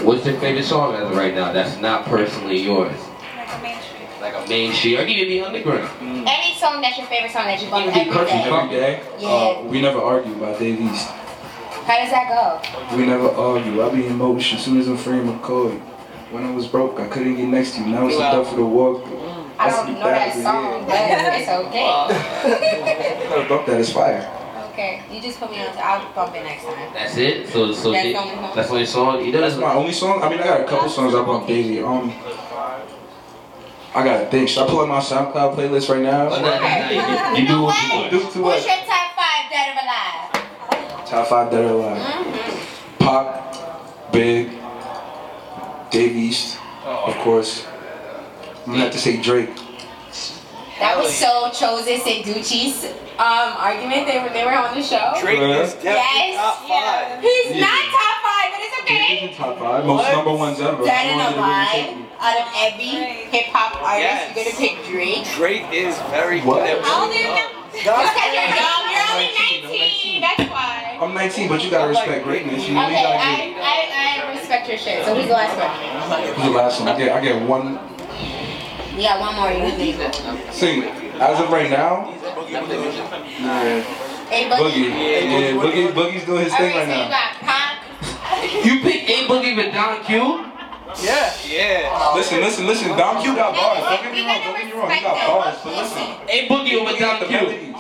Speaker 6: What's your favorite song as of right now that's not personally yours?
Speaker 7: Like a mainstream.
Speaker 6: Like a main shit, or it could be underground.
Speaker 4: any song that's your favorite song that you bump
Speaker 6: It could be
Speaker 4: every
Speaker 6: country.
Speaker 4: day.
Speaker 3: Every day, uh,
Speaker 4: Yeah.
Speaker 3: we never argue by Dave East.
Speaker 4: How does that go?
Speaker 3: We never argue. I be in motion soon as I'm free. McCoy. When I was broke, I couldn't get next to you. Now it's a dub for the walk.
Speaker 4: I don't know that song, but it's okay. (laughs)
Speaker 3: I bump that is fire.
Speaker 4: okay, you just put me on. To, I'll bump it next time.
Speaker 6: That's it. So, so
Speaker 4: That's
Speaker 6: they-
Speaker 4: the only one.
Speaker 6: that's only song. You know, that's
Speaker 3: That's my
Speaker 6: my.
Speaker 3: only song. I mean, I got a couple songs I bump daily. Um, I gotta think. Should I pull up my SoundCloud playlist right
Speaker 6: Oh,
Speaker 3: now?
Speaker 6: nah, nah, nah, you, you do what you want.
Speaker 3: Do to
Speaker 4: Who's
Speaker 3: what?
Speaker 4: your top five dead or alive?
Speaker 3: Top five that are alive.
Speaker 4: Mm-hmm.
Speaker 3: Pop, Big, Dave East, of course. I'm gonna have to say Drake.
Speaker 4: (laughs) That was so Chosen Seducci's um, argument they, when they were on the show.
Speaker 10: Drake is definitely
Speaker 4: Yes.
Speaker 10: top five.
Speaker 7: Yeah.
Speaker 4: He's
Speaker 3: Yeah.
Speaker 4: not top five, but it's
Speaker 3: Drake
Speaker 4: okay.
Speaker 3: is in top five. Most
Speaker 10: What?
Speaker 3: number ones ever.
Speaker 4: Dead
Speaker 3: I wanted
Speaker 4: and
Speaker 3: to really take
Speaker 4: alive.
Speaker 3: you.
Speaker 4: Out of every hip hop artist,
Speaker 10: Yes.
Speaker 4: you're gonna pick Drake.
Speaker 10: Drake is very
Speaker 3: What?
Speaker 10: good.
Speaker 7: How old are
Speaker 10: Oh.
Speaker 7: you now?
Speaker 10: God's
Speaker 4: Because you're
Speaker 10: plan.
Speaker 4: young, you're only 19, that's why.
Speaker 3: I'm 19, but you gotta respect greatness. You
Speaker 4: Okay,
Speaker 3: know, you gotta get.
Speaker 4: I, I, I respect your shit, so who's the last one?
Speaker 3: Who's the last one? I get, I get one
Speaker 4: You got one more, you can leave it.
Speaker 3: single. As of right now, yeah. Boogie. Yeah, Boogie, Boogie's doing his thing right
Speaker 4: Alright, so
Speaker 3: now.
Speaker 4: you got Pac.
Speaker 6: You pick A Boogie with Don Q.
Speaker 10: Yeah. Yeah.
Speaker 3: Listen, listen, listen. Dom Q got bars. Don't get
Speaker 4: We
Speaker 3: me wrong.
Speaker 4: gotta
Speaker 3: Don't get me wrong. He
Speaker 4: respect
Speaker 3: got
Speaker 4: them.
Speaker 3: bars, but listen.
Speaker 6: A Boogie
Speaker 3: He
Speaker 6: with
Speaker 3: got
Speaker 6: Don
Speaker 3: the
Speaker 6: Q.
Speaker 3: melodies.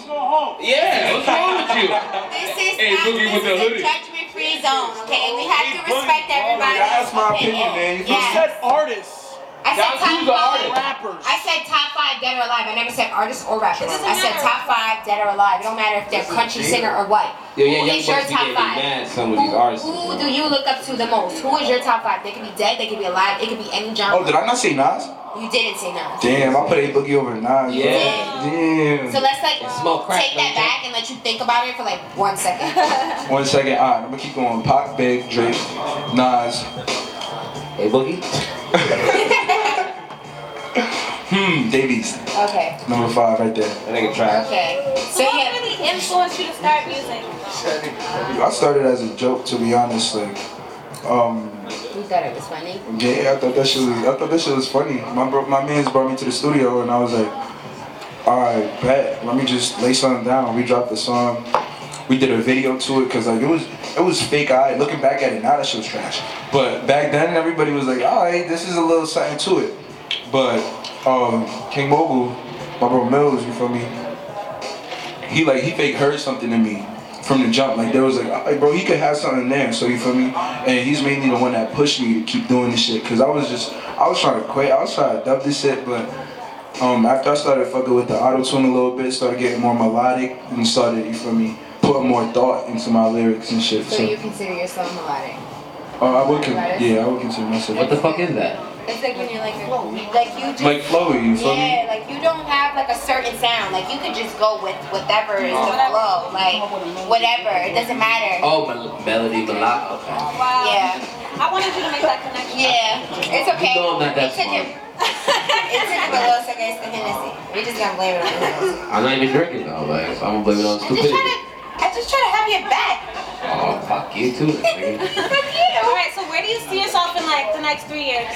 Speaker 6: Yeah. What's wrong with you?
Speaker 4: This is
Speaker 6: Hey,
Speaker 4: not,
Speaker 6: Boogie with
Speaker 4: this
Speaker 6: the
Speaker 4: is a
Speaker 6: hoodie.
Speaker 4: judgment-free zone, okay? We have to
Speaker 10: Hey, Boogie.
Speaker 4: respect everybody's
Speaker 3: That's my opinion, man. You
Speaker 10: He
Speaker 4: Yes.
Speaker 10: said artists.
Speaker 4: I said
Speaker 6: Don Q's a
Speaker 4: top
Speaker 6: artist.
Speaker 4: five.
Speaker 10: Rappers.
Speaker 4: I said top five dead or alive. I never said artists or
Speaker 7: It
Speaker 4: rappers.
Speaker 7: doesn't
Speaker 4: I said
Speaker 7: matter.
Speaker 4: top five dead or alive. It don't matter if they're country singer or what.
Speaker 6: Yeah, yeah,
Speaker 4: who
Speaker 6: young
Speaker 4: is your
Speaker 6: boys be
Speaker 4: top
Speaker 6: getting
Speaker 4: five?
Speaker 6: mad, some of
Speaker 4: who,
Speaker 6: these artists.
Speaker 4: who do you look up to the most? Who is your top five? They could be dead. They could be alive. It could be any genre.
Speaker 3: Oh, did I not say Nas?
Speaker 4: you didn't say no.
Speaker 3: Damn, I put A Boogie over Nas.
Speaker 6: Yeah.
Speaker 3: Damn.
Speaker 4: So let's like
Speaker 6: smoke crack,
Speaker 4: take that
Speaker 6: don't you?
Speaker 4: back and let you think about it for like one (laughs) second.
Speaker 3: One second. All right, I'm gonna keep going. Pac, Big, Drake, Nas.
Speaker 6: A Boogie.
Speaker 3: Hmm, Davies.
Speaker 4: okay.
Speaker 3: Number five right there.
Speaker 6: That nigga trash.
Speaker 4: Okay. So
Speaker 7: So what
Speaker 4: yeah.
Speaker 7: really influenced you to start music?
Speaker 3: I started as a joke, to be honest. Like, um,
Speaker 4: You thought it was funny.
Speaker 3: Yeah, I thought that shit was. I thought that shit was funny. My bro, my man's brought me to the studio, and I was like, "All right, bet. Let me just lay something down." We dropped the song. We did a video to it, cause like it was, it was fake. Eye. Looking back at it now, that shit was trash. But back then, everybody was like, "All right, this is a little something to it." But um, King Mogul, my bro Mills, you feel me? He like he fake heard something in me from the jump. Like there was like, "All right, bro, he could have something there. So you feel me? And he's mainly the one that pushed me to keep doing this shit, cause I was just, I was trying to quit. I was trying to dub this shit, but um, after I started fucking with the auto tune a little bit, started getting more melodic, and started, you feel me, putting more thought into my lyrics and shit.
Speaker 4: So
Speaker 3: So,
Speaker 4: you consider yourself melodic.
Speaker 3: uh, I would, con- yeah, I would consider myself
Speaker 6: What the fuck is that?
Speaker 4: It's like when you're like a, like you just
Speaker 3: like flowy. You feel me?
Speaker 4: Yeah, like you don't have like a certain sound. Like you could just go with whatever is the flow. Like whatever. It doesn't matter.
Speaker 6: Oh, mel- melody, melody. Okay.
Speaker 4: Oh.
Speaker 7: Wow.
Speaker 4: Yeah.
Speaker 7: I wanted you to make that connection. (laughs)
Speaker 4: Yeah. It's okay.
Speaker 6: You know I'm not
Speaker 4: it
Speaker 6: that
Speaker 4: took him (laughs) it took him a little second it's the Hennessy. We just gonna blame it on Hennessy.
Speaker 6: I'm not even drinking though, like, so I'm gonna blame it on
Speaker 4: I'm just
Speaker 6: stupidity.
Speaker 4: trying to I just try to have your back.
Speaker 6: Oh, fuck you too, nigga.
Speaker 7: All right, so where do you see yourself in like the next three years?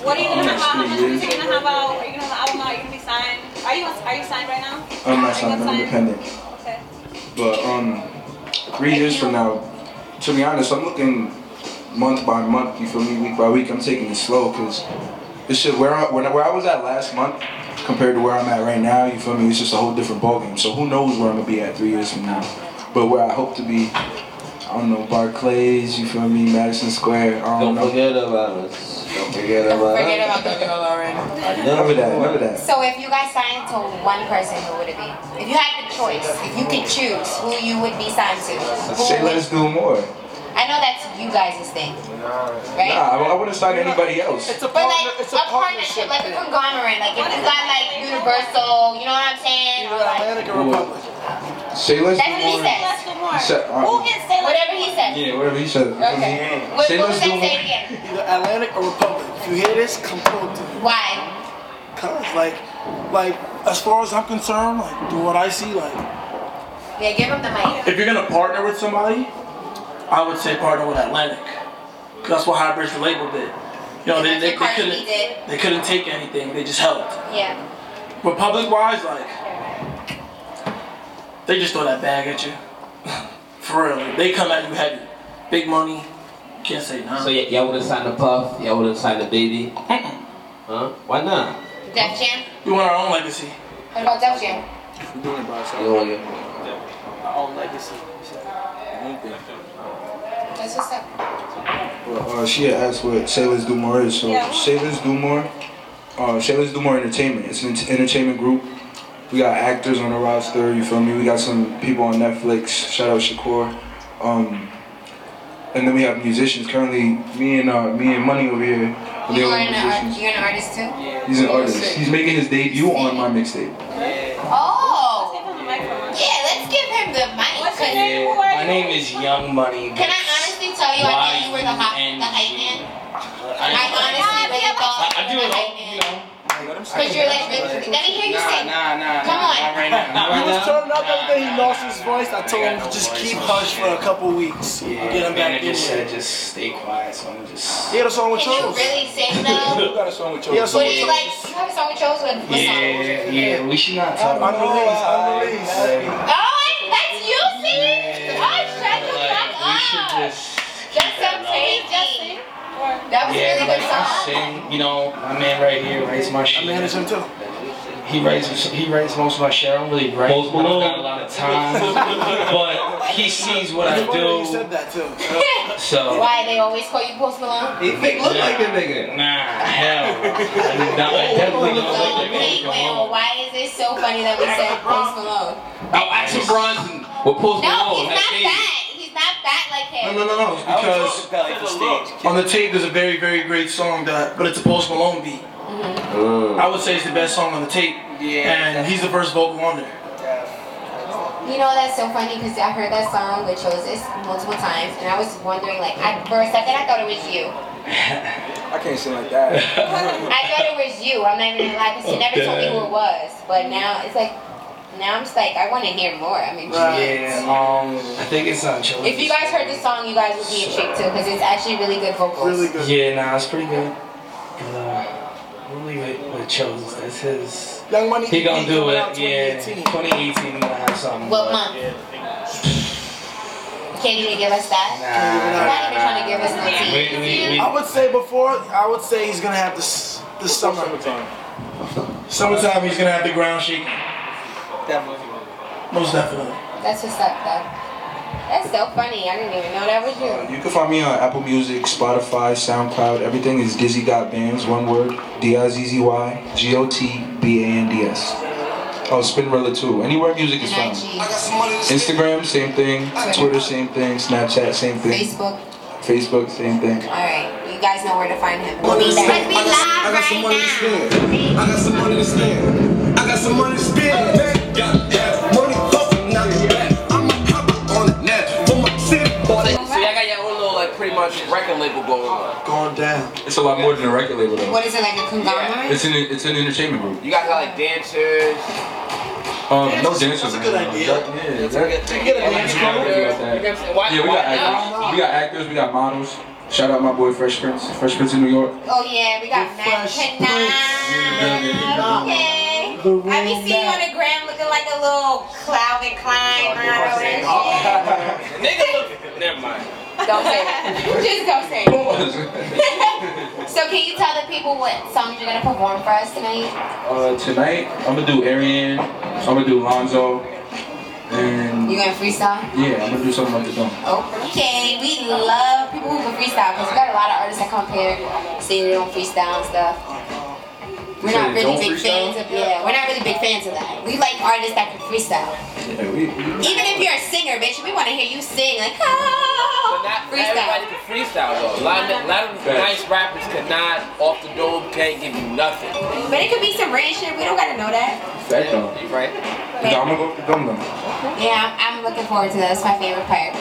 Speaker 7: What are you gonna have out? How much music you gonna have out? Are you gonna have an album out? Are you gonna be signed? Are you are you signed right now?
Speaker 3: I'm
Speaker 7: Are you
Speaker 3: not signed, I'm
Speaker 7: signed?
Speaker 3: independent.
Speaker 7: Okay.
Speaker 3: But um, three years from now, to be honest, I'm looking month by month, you feel me, week by week, I'm taking it slow because this shit, where I, when, I- where I was at last month compared to where I'm at right now, you feel me, it's just a whole different ballgame. So who knows where I'm going to be at three years from now. But where I hope to be, I don't know, Barclays, you feel me, Madison Square, I don't,
Speaker 6: Don't
Speaker 3: know.
Speaker 6: forget about us. Don't forget about us.
Speaker 4: Forget about that girl already.
Speaker 3: Never that, never that.
Speaker 4: So if you guys signed to one person, who would it be? If you had the choice, if you could choose who you would be signed to,
Speaker 3: Say
Speaker 4: who would,
Speaker 3: let's do more.
Speaker 4: I know that's you guys' thing,
Speaker 3: Nah,
Speaker 4: right?
Speaker 3: I, I wouldn't sign anybody else.
Speaker 1: It's a partner.
Speaker 4: But like
Speaker 1: It's a
Speaker 4: a,
Speaker 1: partnership.
Speaker 4: partnership, like a conglomerate, like if you got like Universal, you know what I'm saying? Or like,
Speaker 1: Atlantic or Republic.
Speaker 3: Say let's do
Speaker 4: that's what he
Speaker 3: more.
Speaker 4: said.
Speaker 7: more.
Speaker 3: Say- uh,
Speaker 7: Who can say like
Speaker 4: Whatever he said.
Speaker 3: Yeah, whatever you said. you feel me?
Speaker 4: Okay. What,
Speaker 3: Say
Speaker 4: what
Speaker 3: let's
Speaker 4: was
Speaker 3: do
Speaker 4: that
Speaker 3: more.
Speaker 4: say again?
Speaker 10: Either Atlantic or Republic. If you hear this, come talk to me.
Speaker 4: Why?
Speaker 10: Cause like, like as far as I'm concerned, like do what I see, like.
Speaker 4: Yeah, give him the mic.
Speaker 8: If you're gonna partner with somebody, I would say partner with Atlantic. 'Cause That's what Highbridge the label did. You know,
Speaker 4: That's
Speaker 8: they, they,
Speaker 4: what Cardi B
Speaker 8: they couldn't
Speaker 4: did.
Speaker 8: they couldn't take anything. They just helped.
Speaker 4: Yeah.
Speaker 8: Republic wise, like they just throw that bag at you. (laughs) For real, like, they come at you heavy. Big money, can't say no.
Speaker 6: So y- y'all would have signed a puff. Y'all would have signed a baby. Huh? Why not?
Speaker 4: Def Jam.
Speaker 8: we want our own legacy.
Speaker 4: What about Def Jam?
Speaker 6: You don't want to
Speaker 10: Our own legacy.
Speaker 4: That's what's up.
Speaker 3: Well, uh, she had asked what Say Let's Do More is. So
Speaker 7: Yeah.
Speaker 3: Say Let's Do More, uh, Say Let's Do More Entertainment. It's an ent- entertainment group. We got actors on the roster. You feel me? We got some people on Netflix. Shout out Shakur. Um, and then we have musicians. Currently, me and uh, me and Money over here. We're the
Speaker 4: You are
Speaker 3: only
Speaker 4: an art,
Speaker 3: musicians.
Speaker 4: you're an artist too.
Speaker 3: He's an artist. He's making his debut on my mixtape.
Speaker 4: Oh.
Speaker 7: Give him the microphone.
Speaker 4: Yeah, let's give him the mic.
Speaker 7: What's your
Speaker 4: 'cause-
Speaker 7: name? Who are
Speaker 11: My
Speaker 7: you?
Speaker 11: name is Young Money.
Speaker 4: Can I honestly tell you, I thought you were the hot, the hype man. I honestly really thought
Speaker 11: I
Speaker 4: you
Speaker 11: do
Speaker 4: were
Speaker 11: it all,
Speaker 4: the hype
Speaker 11: you
Speaker 4: man.
Speaker 11: know.
Speaker 4: Cause you're like, really- let me hear you sing.
Speaker 11: Nah, nah,
Speaker 4: Come on.
Speaker 11: right
Speaker 8: (laughs)
Speaker 11: now.
Speaker 10: He was turning up every day. He lost his voice. I told him just keep hush for a couple weeks.
Speaker 11: Yeah,
Speaker 10: Get him back in
Speaker 11: just said
Speaker 10: there.
Speaker 11: just stay quiet, so I'm just.
Speaker 10: He had a song with
Speaker 4: Can you
Speaker 10: Chose.
Speaker 4: really
Speaker 11: (laughs)
Speaker 4: sing though?
Speaker 8: You got a song with
Speaker 10: He had a song
Speaker 4: What
Speaker 10: with
Speaker 4: do you
Speaker 10: Chose.
Speaker 4: like? You have a song with Chose with what
Speaker 11: Yeah,
Speaker 4: song?
Speaker 11: yeah, we should not talk about
Speaker 10: Unreleased. Unreleased.
Speaker 4: Oh, I- that's you singing? Oh, shut the
Speaker 11: Like,
Speaker 4: fuck
Speaker 11: we should
Speaker 4: up.
Speaker 11: just.
Speaker 4: That's so
Speaker 7: Just sing.
Speaker 4: crazy.
Speaker 7: Or
Speaker 4: That was a
Speaker 11: Yeah,
Speaker 4: really
Speaker 11: like
Speaker 4: good
Speaker 11: I
Speaker 4: song.
Speaker 11: sing, you know, my man right here writes my shit.
Speaker 10: I managed him too.
Speaker 11: He writes he writes most of my shit. I don't really write.
Speaker 6: Post
Speaker 11: I don't
Speaker 6: Malone.
Speaker 11: got a lot of time, but he sees what I
Speaker 10: You said
Speaker 11: do.
Speaker 10: that too.
Speaker 11: (laughs) So
Speaker 4: Why they always call you Post Malone?
Speaker 11: he look like a nigga. Nah, hell, no. I, nah, I definitely look
Speaker 4: So
Speaker 11: like a
Speaker 4: wait,
Speaker 11: nigga.
Speaker 4: wait, why is it so funny that we said Post Malone?
Speaker 6: Oh, Action Bronson. We're Post
Speaker 4: No,
Speaker 6: Malone.
Speaker 4: he's
Speaker 6: That's
Speaker 4: not
Speaker 6: baby.
Speaker 4: fat. He's not fat like
Speaker 3: No,
Speaker 4: him.
Speaker 3: no, no, no. It's because
Speaker 10: like the stage.
Speaker 8: On the tape, there's a very, very great song that, but it's a Post Malone beat.
Speaker 10: Mm-hmm.
Speaker 8: I would say it's the best song on the tape, and he's the first vocal on there.
Speaker 4: You know that's so funny because I heard that song with Chosis multiple times, and I was wondering like, I, for a second I thought it was you.
Speaker 3: I can't sing like
Speaker 6: (laughs)
Speaker 3: that.
Speaker 4: I thought it was you. I'm not even gonna lie because you never told me who it was. But now it's like, now I'm just like, I want to hear more. I mean,
Speaker 11: Yeah, um, I think it's on Chili.
Speaker 4: if you guys heard the song, you guys would be a chick too because it's actually really good vocals.
Speaker 10: Really good.
Speaker 11: Yeah, nah, it's pretty good. But, uh, we'll leave it with Chose. That's his.
Speaker 10: Young Money.
Speaker 8: E
Speaker 11: He gonna do
Speaker 10: coming
Speaker 11: it.
Speaker 10: out
Speaker 11: Yeah,
Speaker 10: 2018.
Speaker 11: 2018, we gonna have something.
Speaker 4: What
Speaker 11: but-
Speaker 4: month? Can't even give us that. You're not even trying to give us
Speaker 11: Nah.
Speaker 4: nothing.
Speaker 11: We, we, we,
Speaker 10: I would say before, I would say he's gonna have this this summer.
Speaker 8: Summertime, he's gonna have the ground shaking. Most definitely.
Speaker 4: That's what's up though. That's so funny. I didn't even know that was you.
Speaker 3: You can find me on Apple Music, Spotify, SoundCloud. Everything is Dizzy Got Bands. One word. D I Z Z Y G O T B A N D S. Oh, Spinrilla too. Anywhere music is
Speaker 4: And
Speaker 3: found.
Speaker 4: IG,
Speaker 3: Instagram, same thing. Twitter, same thing. Snapchat, same thing.
Speaker 4: Facebook.
Speaker 3: Facebook, same thing.
Speaker 4: All right, you guys know where to find him. We'll be back. Let's be live right now.
Speaker 11: I got some money to spend. I got some money to spend. Money fucking not back. I'm a cop on the net for my city.
Speaker 6: So y'all got your own little like pretty much record label going on.
Speaker 10: Going down.
Speaker 3: It's a lot more than a record label though.
Speaker 4: What is it like a conglomerate?
Speaker 3: It's an it's an entertainment group.
Speaker 6: You guys got like dancers.
Speaker 3: Um, no dancers.
Speaker 10: That's a good
Speaker 3: man.
Speaker 10: idea.
Speaker 3: Yeah,
Speaker 6: That's a
Speaker 3: that-
Speaker 6: good thing.
Speaker 10: Get a
Speaker 6: Yeah,
Speaker 10: dance
Speaker 6: like
Speaker 10: crew.
Speaker 6: dancers, you know what I'm saying? Why-
Speaker 3: yeah, we
Speaker 6: why
Speaker 3: got
Speaker 6: not?
Speaker 3: actors. We got actors. We got models. Shout out my boy Fresh Prince. Fresh Prince in New York.
Speaker 4: Oh yeah, we got Matt tonight. Yay! I be seeing you on the gram looking like a little Calvin Klein model and shit.
Speaker 6: Nigga look. Never mind.
Speaker 4: Don't say it. (laughs) Just don't say
Speaker 3: Uh,
Speaker 4: it. so can you tell the people what songs you're gonna perform for us tonight?
Speaker 3: Uh, tonight, I'm gonna do Arian, I'm gonna do Lonzo, and
Speaker 4: You gonna freestyle?
Speaker 3: yeah, I'm gonna do something like the dome.
Speaker 4: Okay, we love people who can freestyle because we got a lot of artists that come up here saying they don't freestyle and stuff. We're
Speaker 3: Say
Speaker 4: not
Speaker 3: they
Speaker 4: really
Speaker 3: don't
Speaker 4: big fans of yeah, we're not really big fans of that. We like artists that can freestyle.
Speaker 3: Yeah, we, we-
Speaker 4: Even if you're a singer, bitch, we wanna hear you sing like (laughs) oh,
Speaker 6: Everybody can freestyle though. A lot of, a lot of nice rappers cannot off the dome can't give you nothing.
Speaker 4: But it could be some random shit, we don't gotta know that.
Speaker 3: Fact though.
Speaker 6: Right?
Speaker 3: Yeah, I'm gonna go with the dome though.
Speaker 4: Yeah, I'm, I'm looking forward to that. That's my favorite part.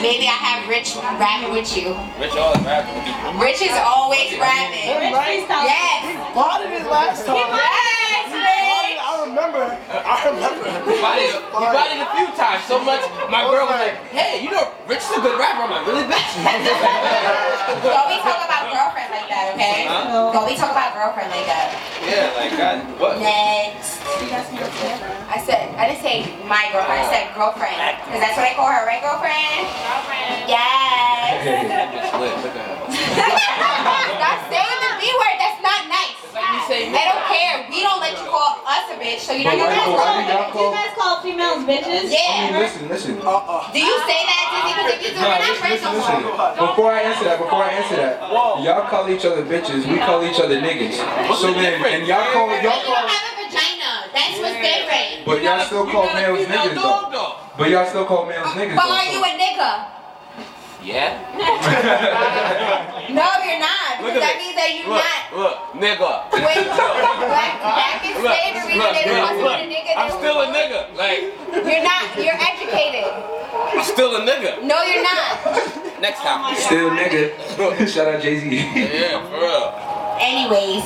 Speaker 4: Maybe I have Rich rapping with you.
Speaker 6: Rich always rapping.
Speaker 4: Rich is always rapping. Yes.
Speaker 10: Bought it last time.
Speaker 4: Yes, Rich.
Speaker 10: I remember. I remember.
Speaker 6: He bought it, he bought it a few times. So much, my girl was like, "Hey, you know, Rich is a good rapper." I'm like, "Really, bitch?" (laughs)
Speaker 4: Don't be talking about girlfriend like that, okay?
Speaker 6: Huh?
Speaker 4: Don't be talking about girlfriend like that.
Speaker 6: yeah, like God, what?
Speaker 4: Next. I said, I didn't say my girlfriend, I said girlfriend. Because that's what I call her, right, girlfriend? Girlfriend. Yes.
Speaker 6: Bitch lit, look at her.
Speaker 4: (laughs) Stop saying the B word. That's not nice.
Speaker 6: You say
Speaker 4: They don't care. We don't let you call us a bitch, so you know
Speaker 3: But
Speaker 4: you
Speaker 3: why
Speaker 4: guys
Speaker 3: you
Speaker 4: call
Speaker 3: why you
Speaker 4: me.
Speaker 3: gotta call?
Speaker 7: guys call females bitches?
Speaker 3: I mean,
Speaker 4: Yeah.
Speaker 3: listen, listen.
Speaker 4: Do you say that to people that you do? We're
Speaker 3: Nah,
Speaker 4: not
Speaker 3: listen,
Speaker 4: friends
Speaker 3: listen,
Speaker 4: no
Speaker 3: listen.
Speaker 4: more.
Speaker 3: Before I answer that, before I answer that, y'all call each other bitches, we call each other niggas. So then, and y'all call,
Speaker 4: But
Speaker 3: y'all
Speaker 4: you don't
Speaker 3: call,
Speaker 4: have a vagina. That's what's different.
Speaker 3: but y'all still
Speaker 6: You
Speaker 3: call
Speaker 6: got a
Speaker 3: males
Speaker 6: female
Speaker 3: niggas
Speaker 6: dog,
Speaker 3: though. But y'all still call males niggas
Speaker 4: Uh, But are you
Speaker 3: though.
Speaker 4: a nigga?
Speaker 6: Yeah.
Speaker 4: No, you're not. Because that means that you're
Speaker 6: Look,
Speaker 4: not.
Speaker 6: look, nigga.
Speaker 4: When back, back in
Speaker 6: Look,
Speaker 4: slavery,
Speaker 6: look,
Speaker 4: they
Speaker 6: look,
Speaker 4: wasn't
Speaker 6: look.
Speaker 4: a nigga.
Speaker 6: I'm
Speaker 4: they
Speaker 6: still a
Speaker 4: was-
Speaker 6: nigga. Like,
Speaker 4: You're not. You're educated.
Speaker 6: I'm still a nigga.
Speaker 4: No, you're not.
Speaker 6: Next time.
Speaker 4: Oh
Speaker 3: Still nigga. (laughs) Shout out Jay Z.
Speaker 6: Yeah, for real.
Speaker 4: Anyways,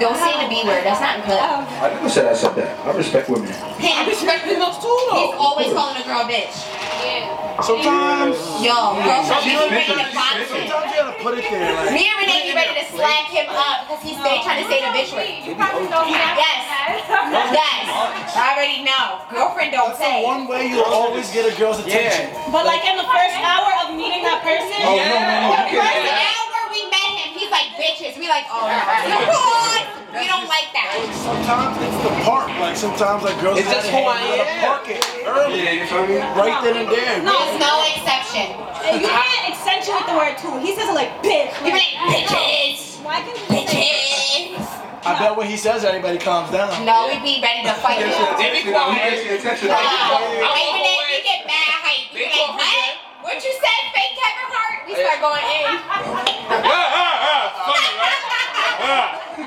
Speaker 4: don't say the B word. That's not good.
Speaker 3: I never said I said that. I respect women.
Speaker 4: Him,
Speaker 6: Respecting those two
Speaker 4: He's
Speaker 6: though.
Speaker 4: always calling a girl bitch.
Speaker 10: Sometimes,
Speaker 4: Yo, girl,
Speaker 10: She's
Speaker 4: me and Renee
Speaker 10: bitching.
Speaker 4: to box him.
Speaker 10: sometimes you gotta put it there. Like,
Speaker 4: Me and Renee be ready to slap him up because he's there trying to say the bitch word.
Speaker 7: You probably don't have
Speaker 4: Yes. Yes. I already know. Girlfriend don't say.
Speaker 10: one way you always get a girl's attention.
Speaker 7: But like in the first hour of meeting that person,
Speaker 3: Oh, no, no, no, you
Speaker 4: First
Speaker 3: can't.
Speaker 4: hour we met him, he's like bitches. We like, oh no. We don't like that.
Speaker 10: Sometimes it's the park. Like sometimes like girls
Speaker 6: It's
Speaker 10: have
Speaker 6: just
Speaker 10: to
Speaker 6: who
Speaker 10: hang
Speaker 6: I
Speaker 10: around the
Speaker 6: am.
Speaker 10: park it early.
Speaker 3: Yeah, you feel me?
Speaker 10: Right then and there.
Speaker 7: No.
Speaker 4: There's no exception.
Speaker 7: you can't accentuate the word too. He says it like bitch.
Speaker 4: You're
Speaker 7: Like,
Speaker 4: like, bitches.
Speaker 7: Why can't you just say
Speaker 4: Bitches.
Speaker 10: I bet when he says that, everybody calms down.
Speaker 4: No, we be ready to fight.
Speaker 3: Get your
Speaker 4: Nah.
Speaker 6: They
Speaker 3: attention. We get your attention.
Speaker 6: be quiet.
Speaker 4: Wait, Renee, we get mad hype. We
Speaker 6: They
Speaker 4: like,
Speaker 6: talking
Speaker 4: what? What you said, fake Kevin Hart? We start going in. we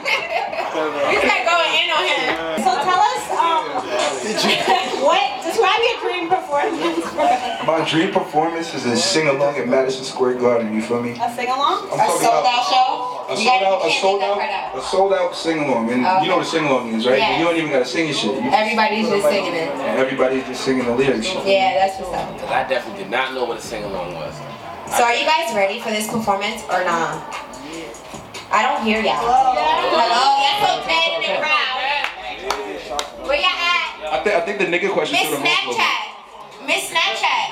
Speaker 4: start going in on him.
Speaker 7: So tell us, um, (laughs) what describe your dream performance for a
Speaker 3: My dream performance is a sing along at Madison Square Garden. You feel me?
Speaker 7: sing along?
Speaker 3: I'm
Speaker 4: A
Speaker 3: talking
Speaker 4: sold
Speaker 3: about
Speaker 4: out show.
Speaker 3: a
Speaker 4: You
Speaker 3: sold
Speaker 4: gotta-
Speaker 3: out,
Speaker 4: you
Speaker 3: a
Speaker 4: can't
Speaker 3: sold
Speaker 4: leave that
Speaker 3: out,
Speaker 4: part
Speaker 3: a sold out sing along, and
Speaker 4: Okay.
Speaker 3: you know what a sing along is, right?
Speaker 4: Yes.
Speaker 3: You don't even gotta sing and shit. You-
Speaker 4: Everybody's just singing it.
Speaker 3: and everybody's just singing the lyrics.
Speaker 4: Yeah, that's what's up.
Speaker 6: I definitely did not know what a sing along was.
Speaker 4: So are you guys ready for this performance or not? I don't hear y'all. Hello, Oh. that's okay in the crowd. Where y'all at?
Speaker 3: I think I think the nigga question
Speaker 4: Miss
Speaker 3: threw the most. for me.
Speaker 4: Snapchat. Miss Snapchat.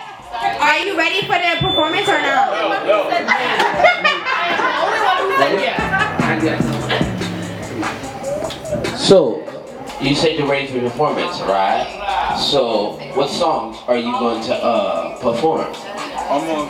Speaker 4: Are you ready for the performance or not?
Speaker 6: So, you said you're ready for performance, right? So, what songs are you going to uh, perform?
Speaker 3: I'm on.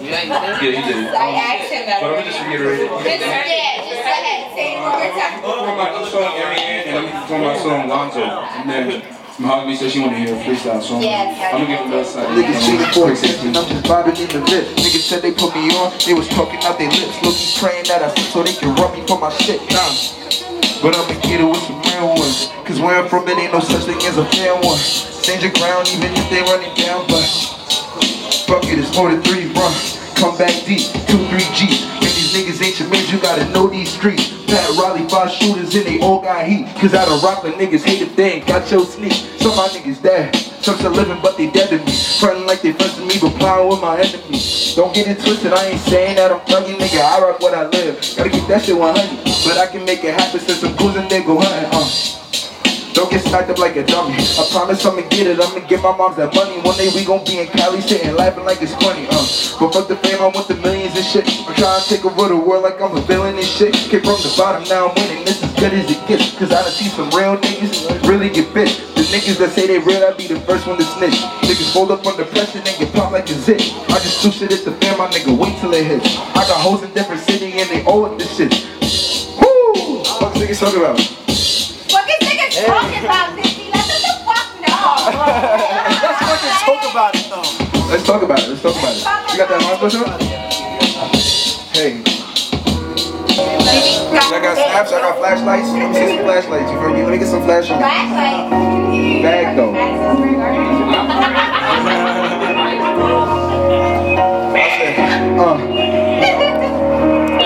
Speaker 3: Yeah, you did.
Speaker 4: I asked him that
Speaker 3: But I'm gonna
Speaker 4: already.
Speaker 3: just reiterate it.
Speaker 4: Just, yeah, just go ahead. Say it one more
Speaker 3: I'm
Speaker 4: time.
Speaker 3: performing my new song, Ariane, and I'm performing my song, Lonzo. And then my homie said she wanna hear a freestyle song.
Speaker 4: Yes.
Speaker 3: I'm gonna give her a side.
Speaker 12: Niggas cheating for attention, I'm just vibing in the lift. Niggas said they put me on, they was talking out their lips. Loki praying that I fit so they can rub me for my shit. Nah. But I'ma get it with some real ones. Cause where I'm from, it ain't no such thing as a fair one. Stand your ground even if they run it down, but fuck it, it's more than three run. Come back deep, two, three G's. And these niggas ain't your mans, you gotta know these streets. Pat Riley, five shooters, and they all got heat. Cause I done rock the niggas, hate if they ain't got your sneak. Some of my niggas dead, some still living, but they dead to me. Frontin' like they frontin' me, but plowin' with my enemies. Don't get it twisted, I ain't saying that I'm thugging, nigga. I rock what I live. Gotta keep that shit 100, but I can make it happen since I'm cruising, they go hunting, uh. Don't get stacked up like a dummy. I promise I'ma get it. I'ma get my moms that money. One day we gon' be in Cali sitting laughing like it's corny. Uh, but fuck the fame, I want the millions and shit. I'm trying to take over the world like I'm a villain and shit. Came from the bottom, now I'm winning. This is good as it gets. Cause I done see some real niggas really get bit. The niggas that say they real, I be the first one to snitch. Niggas fold up under pressure, they get popped like a zit. I just shoot shit at the fam, my nigga, wait till it hits. I got hoes in different city and they all with this shit. Woo! Fuck niggas talking about?
Speaker 4: Fucking niggas talking about this. see, Let them the fuck (laughs) know.
Speaker 10: Let's fucking talk about it though.
Speaker 12: Let's talk about it. Let's talk about it. You got that Monster show? Hey. I got snaps, I got flashlights. Let me get some flashlights. You feel me? Let me get some flashlights.
Speaker 4: Flashlights.
Speaker 12: Bag though.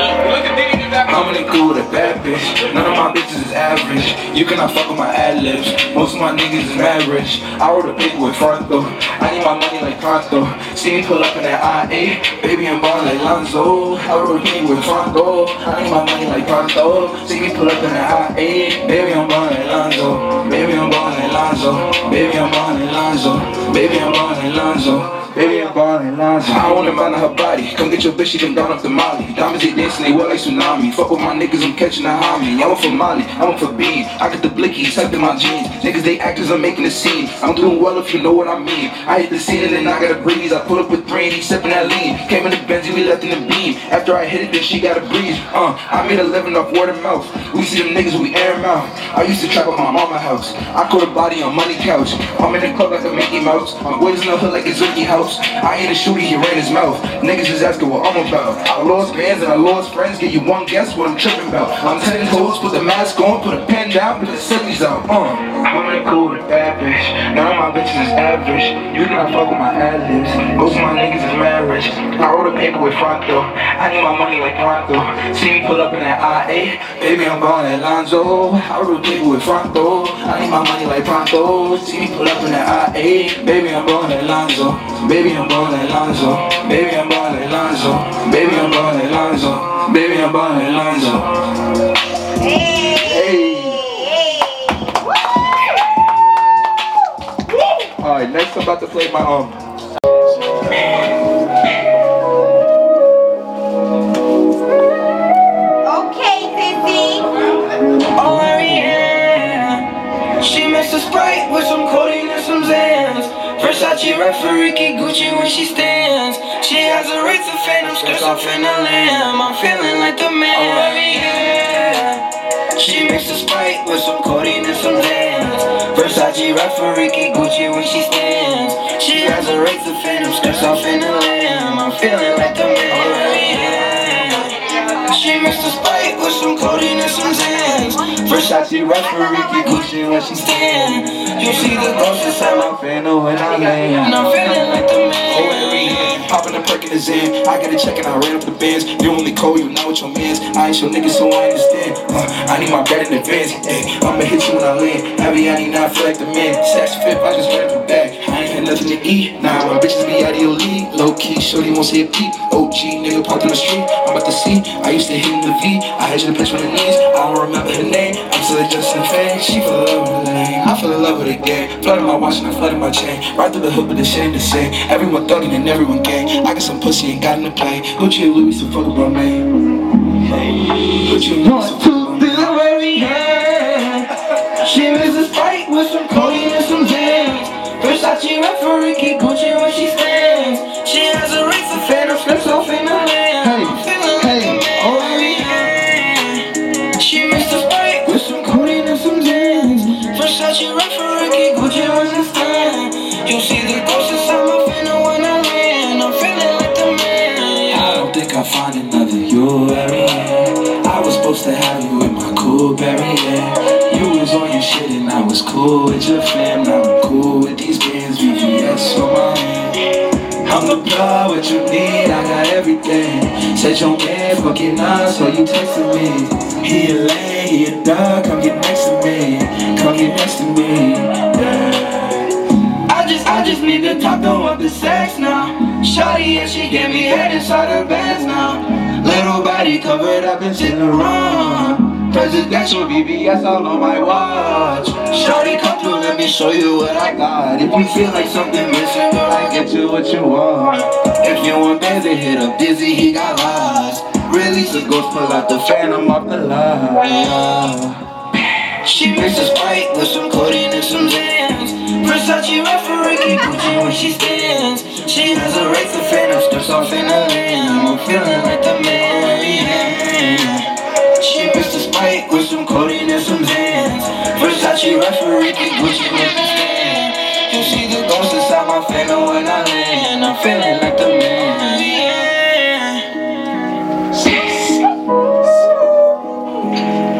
Speaker 3: I'm really cool with a bad bitch. None of my bitches is average. You cannot fuck with my ad libs. Most of my niggas is mad rich. I wrote a paper with Fronto. I need my money like Pronto. See me pull up in that IA. Baby and ball like Lonzo. I wrote a paper with Fronto. I need my money like Pronto. See me pull up in that IA. Baby and ball like Lonzo. Baby and ball like Lonzo. Baby and ball like Lonzo. Baby and ball like Lonzo. Baby, I'm ballin' lines. I own a mind on her body. Come get your bitch, she done gone up the molly. Diamonds, they dancing, they wet like tsunami. Fuck with my niggas, I'm catching a homie. I'm up for Molly, I'm up for beans. I got the blickies tucked in my jeans. Niggas, they actors, I'm making a scene. I'm doing well if you know what I mean. I hit the scene and then I got a breeze. I pull up with three and he sipping that lean. Came in the Benz, we left in the beam. After I hit it, then she got a breeze. Uh, I made a living off word of mouth. We see them niggas, we air 'em out. I used to trap at my mama house. I caught a body on money couch. I'm in the club like a Mickey Mouse. My boys in the hood like a Zookie house. I hit a shooter, he ran his mouth. Niggas is asking what I'm about. I lost fans and I lost friends. Give you one guess what I'm tripping about. I'm ten toes, put the mask on, put a pen down, put the sillies out. Uh, I'm in the cool with a bad bitch. None of my bitches is average. You cannot fuck with my ad libs. Most of my niggas is marriage. I wrote a paper with Fronto. I need my money like Pronto. See me pull up in that IA. Baby, I'm gone at Lonzo. I wrote a paper with Fronto. I need my money like Pronto. See me pull up in that IA. Baby, I'm gone at Lonzo. Baby, I'm gone at Lonzo. Baby, I'm gone at Lonzo. Baby, I'm gone at Lonzo. Baby, I'm gone at Lonzo.
Speaker 12: Alright, next I'm about to play my um.
Speaker 4: Okay, Dizzy.
Speaker 13: Oriana. Oh, She mixed a Sprite with some codeine and some Zans. Versace red for Ricky Gucci when she stands. She has a race of phantom skirts off in a lamb. I'm feeling like the man. Oriana. She mixed a Sprite with some codeine and some Zans. Versace red for Ricky Gucci when she stands. She has a race of phantom skirts off in a lamb. I'm feeling like the man. Oriana. She mixed a Sprite with some codeine and some Zans. Versace red for Ricky Gucci when she stands. You see the ghost inside my
Speaker 12: Fano when I land.
Speaker 13: and I'm feeling like the man.
Speaker 12: Popping the perk in the Zen. I got a check and I ran up the bands. You only call you not with your mans. I ain't your nigga, so I understand. Uh, I need my bread in advance. Ay, I'ma hit you when I land. Heavy, I need not feel like the man. Sex fifth, I just ran through back. I ain't had nothing to eat. Nah, my bitches be out of your league. Low key, shorty won't say a peep. OG, nigga popped on the street. I'm about to see. I used to hit in the V. I had you the bitch on the knees. I don't remember her name. I'm still a Justin fan. She fell in love with the lane. I fell in love with the gang. Flooded my watch and I flooded my chain. Right through the hood, but the shame the same. Everyone thugging and everyone gang. I got some pussy and got in the plane. Gucci and Louis to fuck with my man. Gucci and Louis to fuck with my man.
Speaker 13: Don't worry, yeah. She was a sprite with some codeine and some jams. Versace red for Ricky Gucci when she stands. She has a ring for phantom slips off in her hand. I'm feeling like the man. Don't worry, yeah. She mixed a sprite with some codeine and some jams. Versace red for Ricky Gucci when she stands. You see the ghost inside my phantom when I land. I'm feeling like the man.
Speaker 12: I don't think I'll find another you every year. I was supposed to have you in my cool barrier. You was on your shit and I was cool with your fam. Now I'm cool with these bands, VVS on my hand. I'm the plug, what you need, I got everything. Said your man fucking nice, so you texted me. He a lay, he a dog, come get next to me. Come get next to me.
Speaker 13: I just, I just need to top though up the sex now. Shawty and she give me head inside her bands now. Little body covered up and sitting around.
Speaker 14: Presidential BBS all on my watch. Shorty, come through, let me show you what I got. If you feel like something missing, girl, I get you what you want. If you want Benzy, hit up Dizzy, he got lost. Release the ghost, pull out the phantom off the line.
Speaker 12: She mixes Sprite with some codeine and some Zans. Versace red for Ricky Gucci when she stands. She has a race of phantom strips off in a lamb. I'm feeling like the man yeah. She mixes Sprite with some codeine and some Zans. Versace red for Ricky Gucci when she stands. You see the ghost inside my phantom when I land. I'm feeling like the man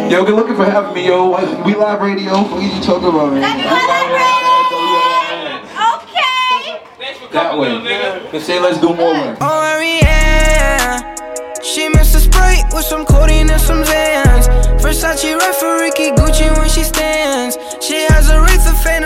Speaker 15: Yo, good looking for having me, yo. We live radio. What you talking about, man?
Speaker 4: That way. They say let's do more work.
Speaker 12: Oh, Ariane. She mixed a Sprite with some codeine and some Zans. Versace red for Ricky Gucci when she stands. She has a wraith of fans.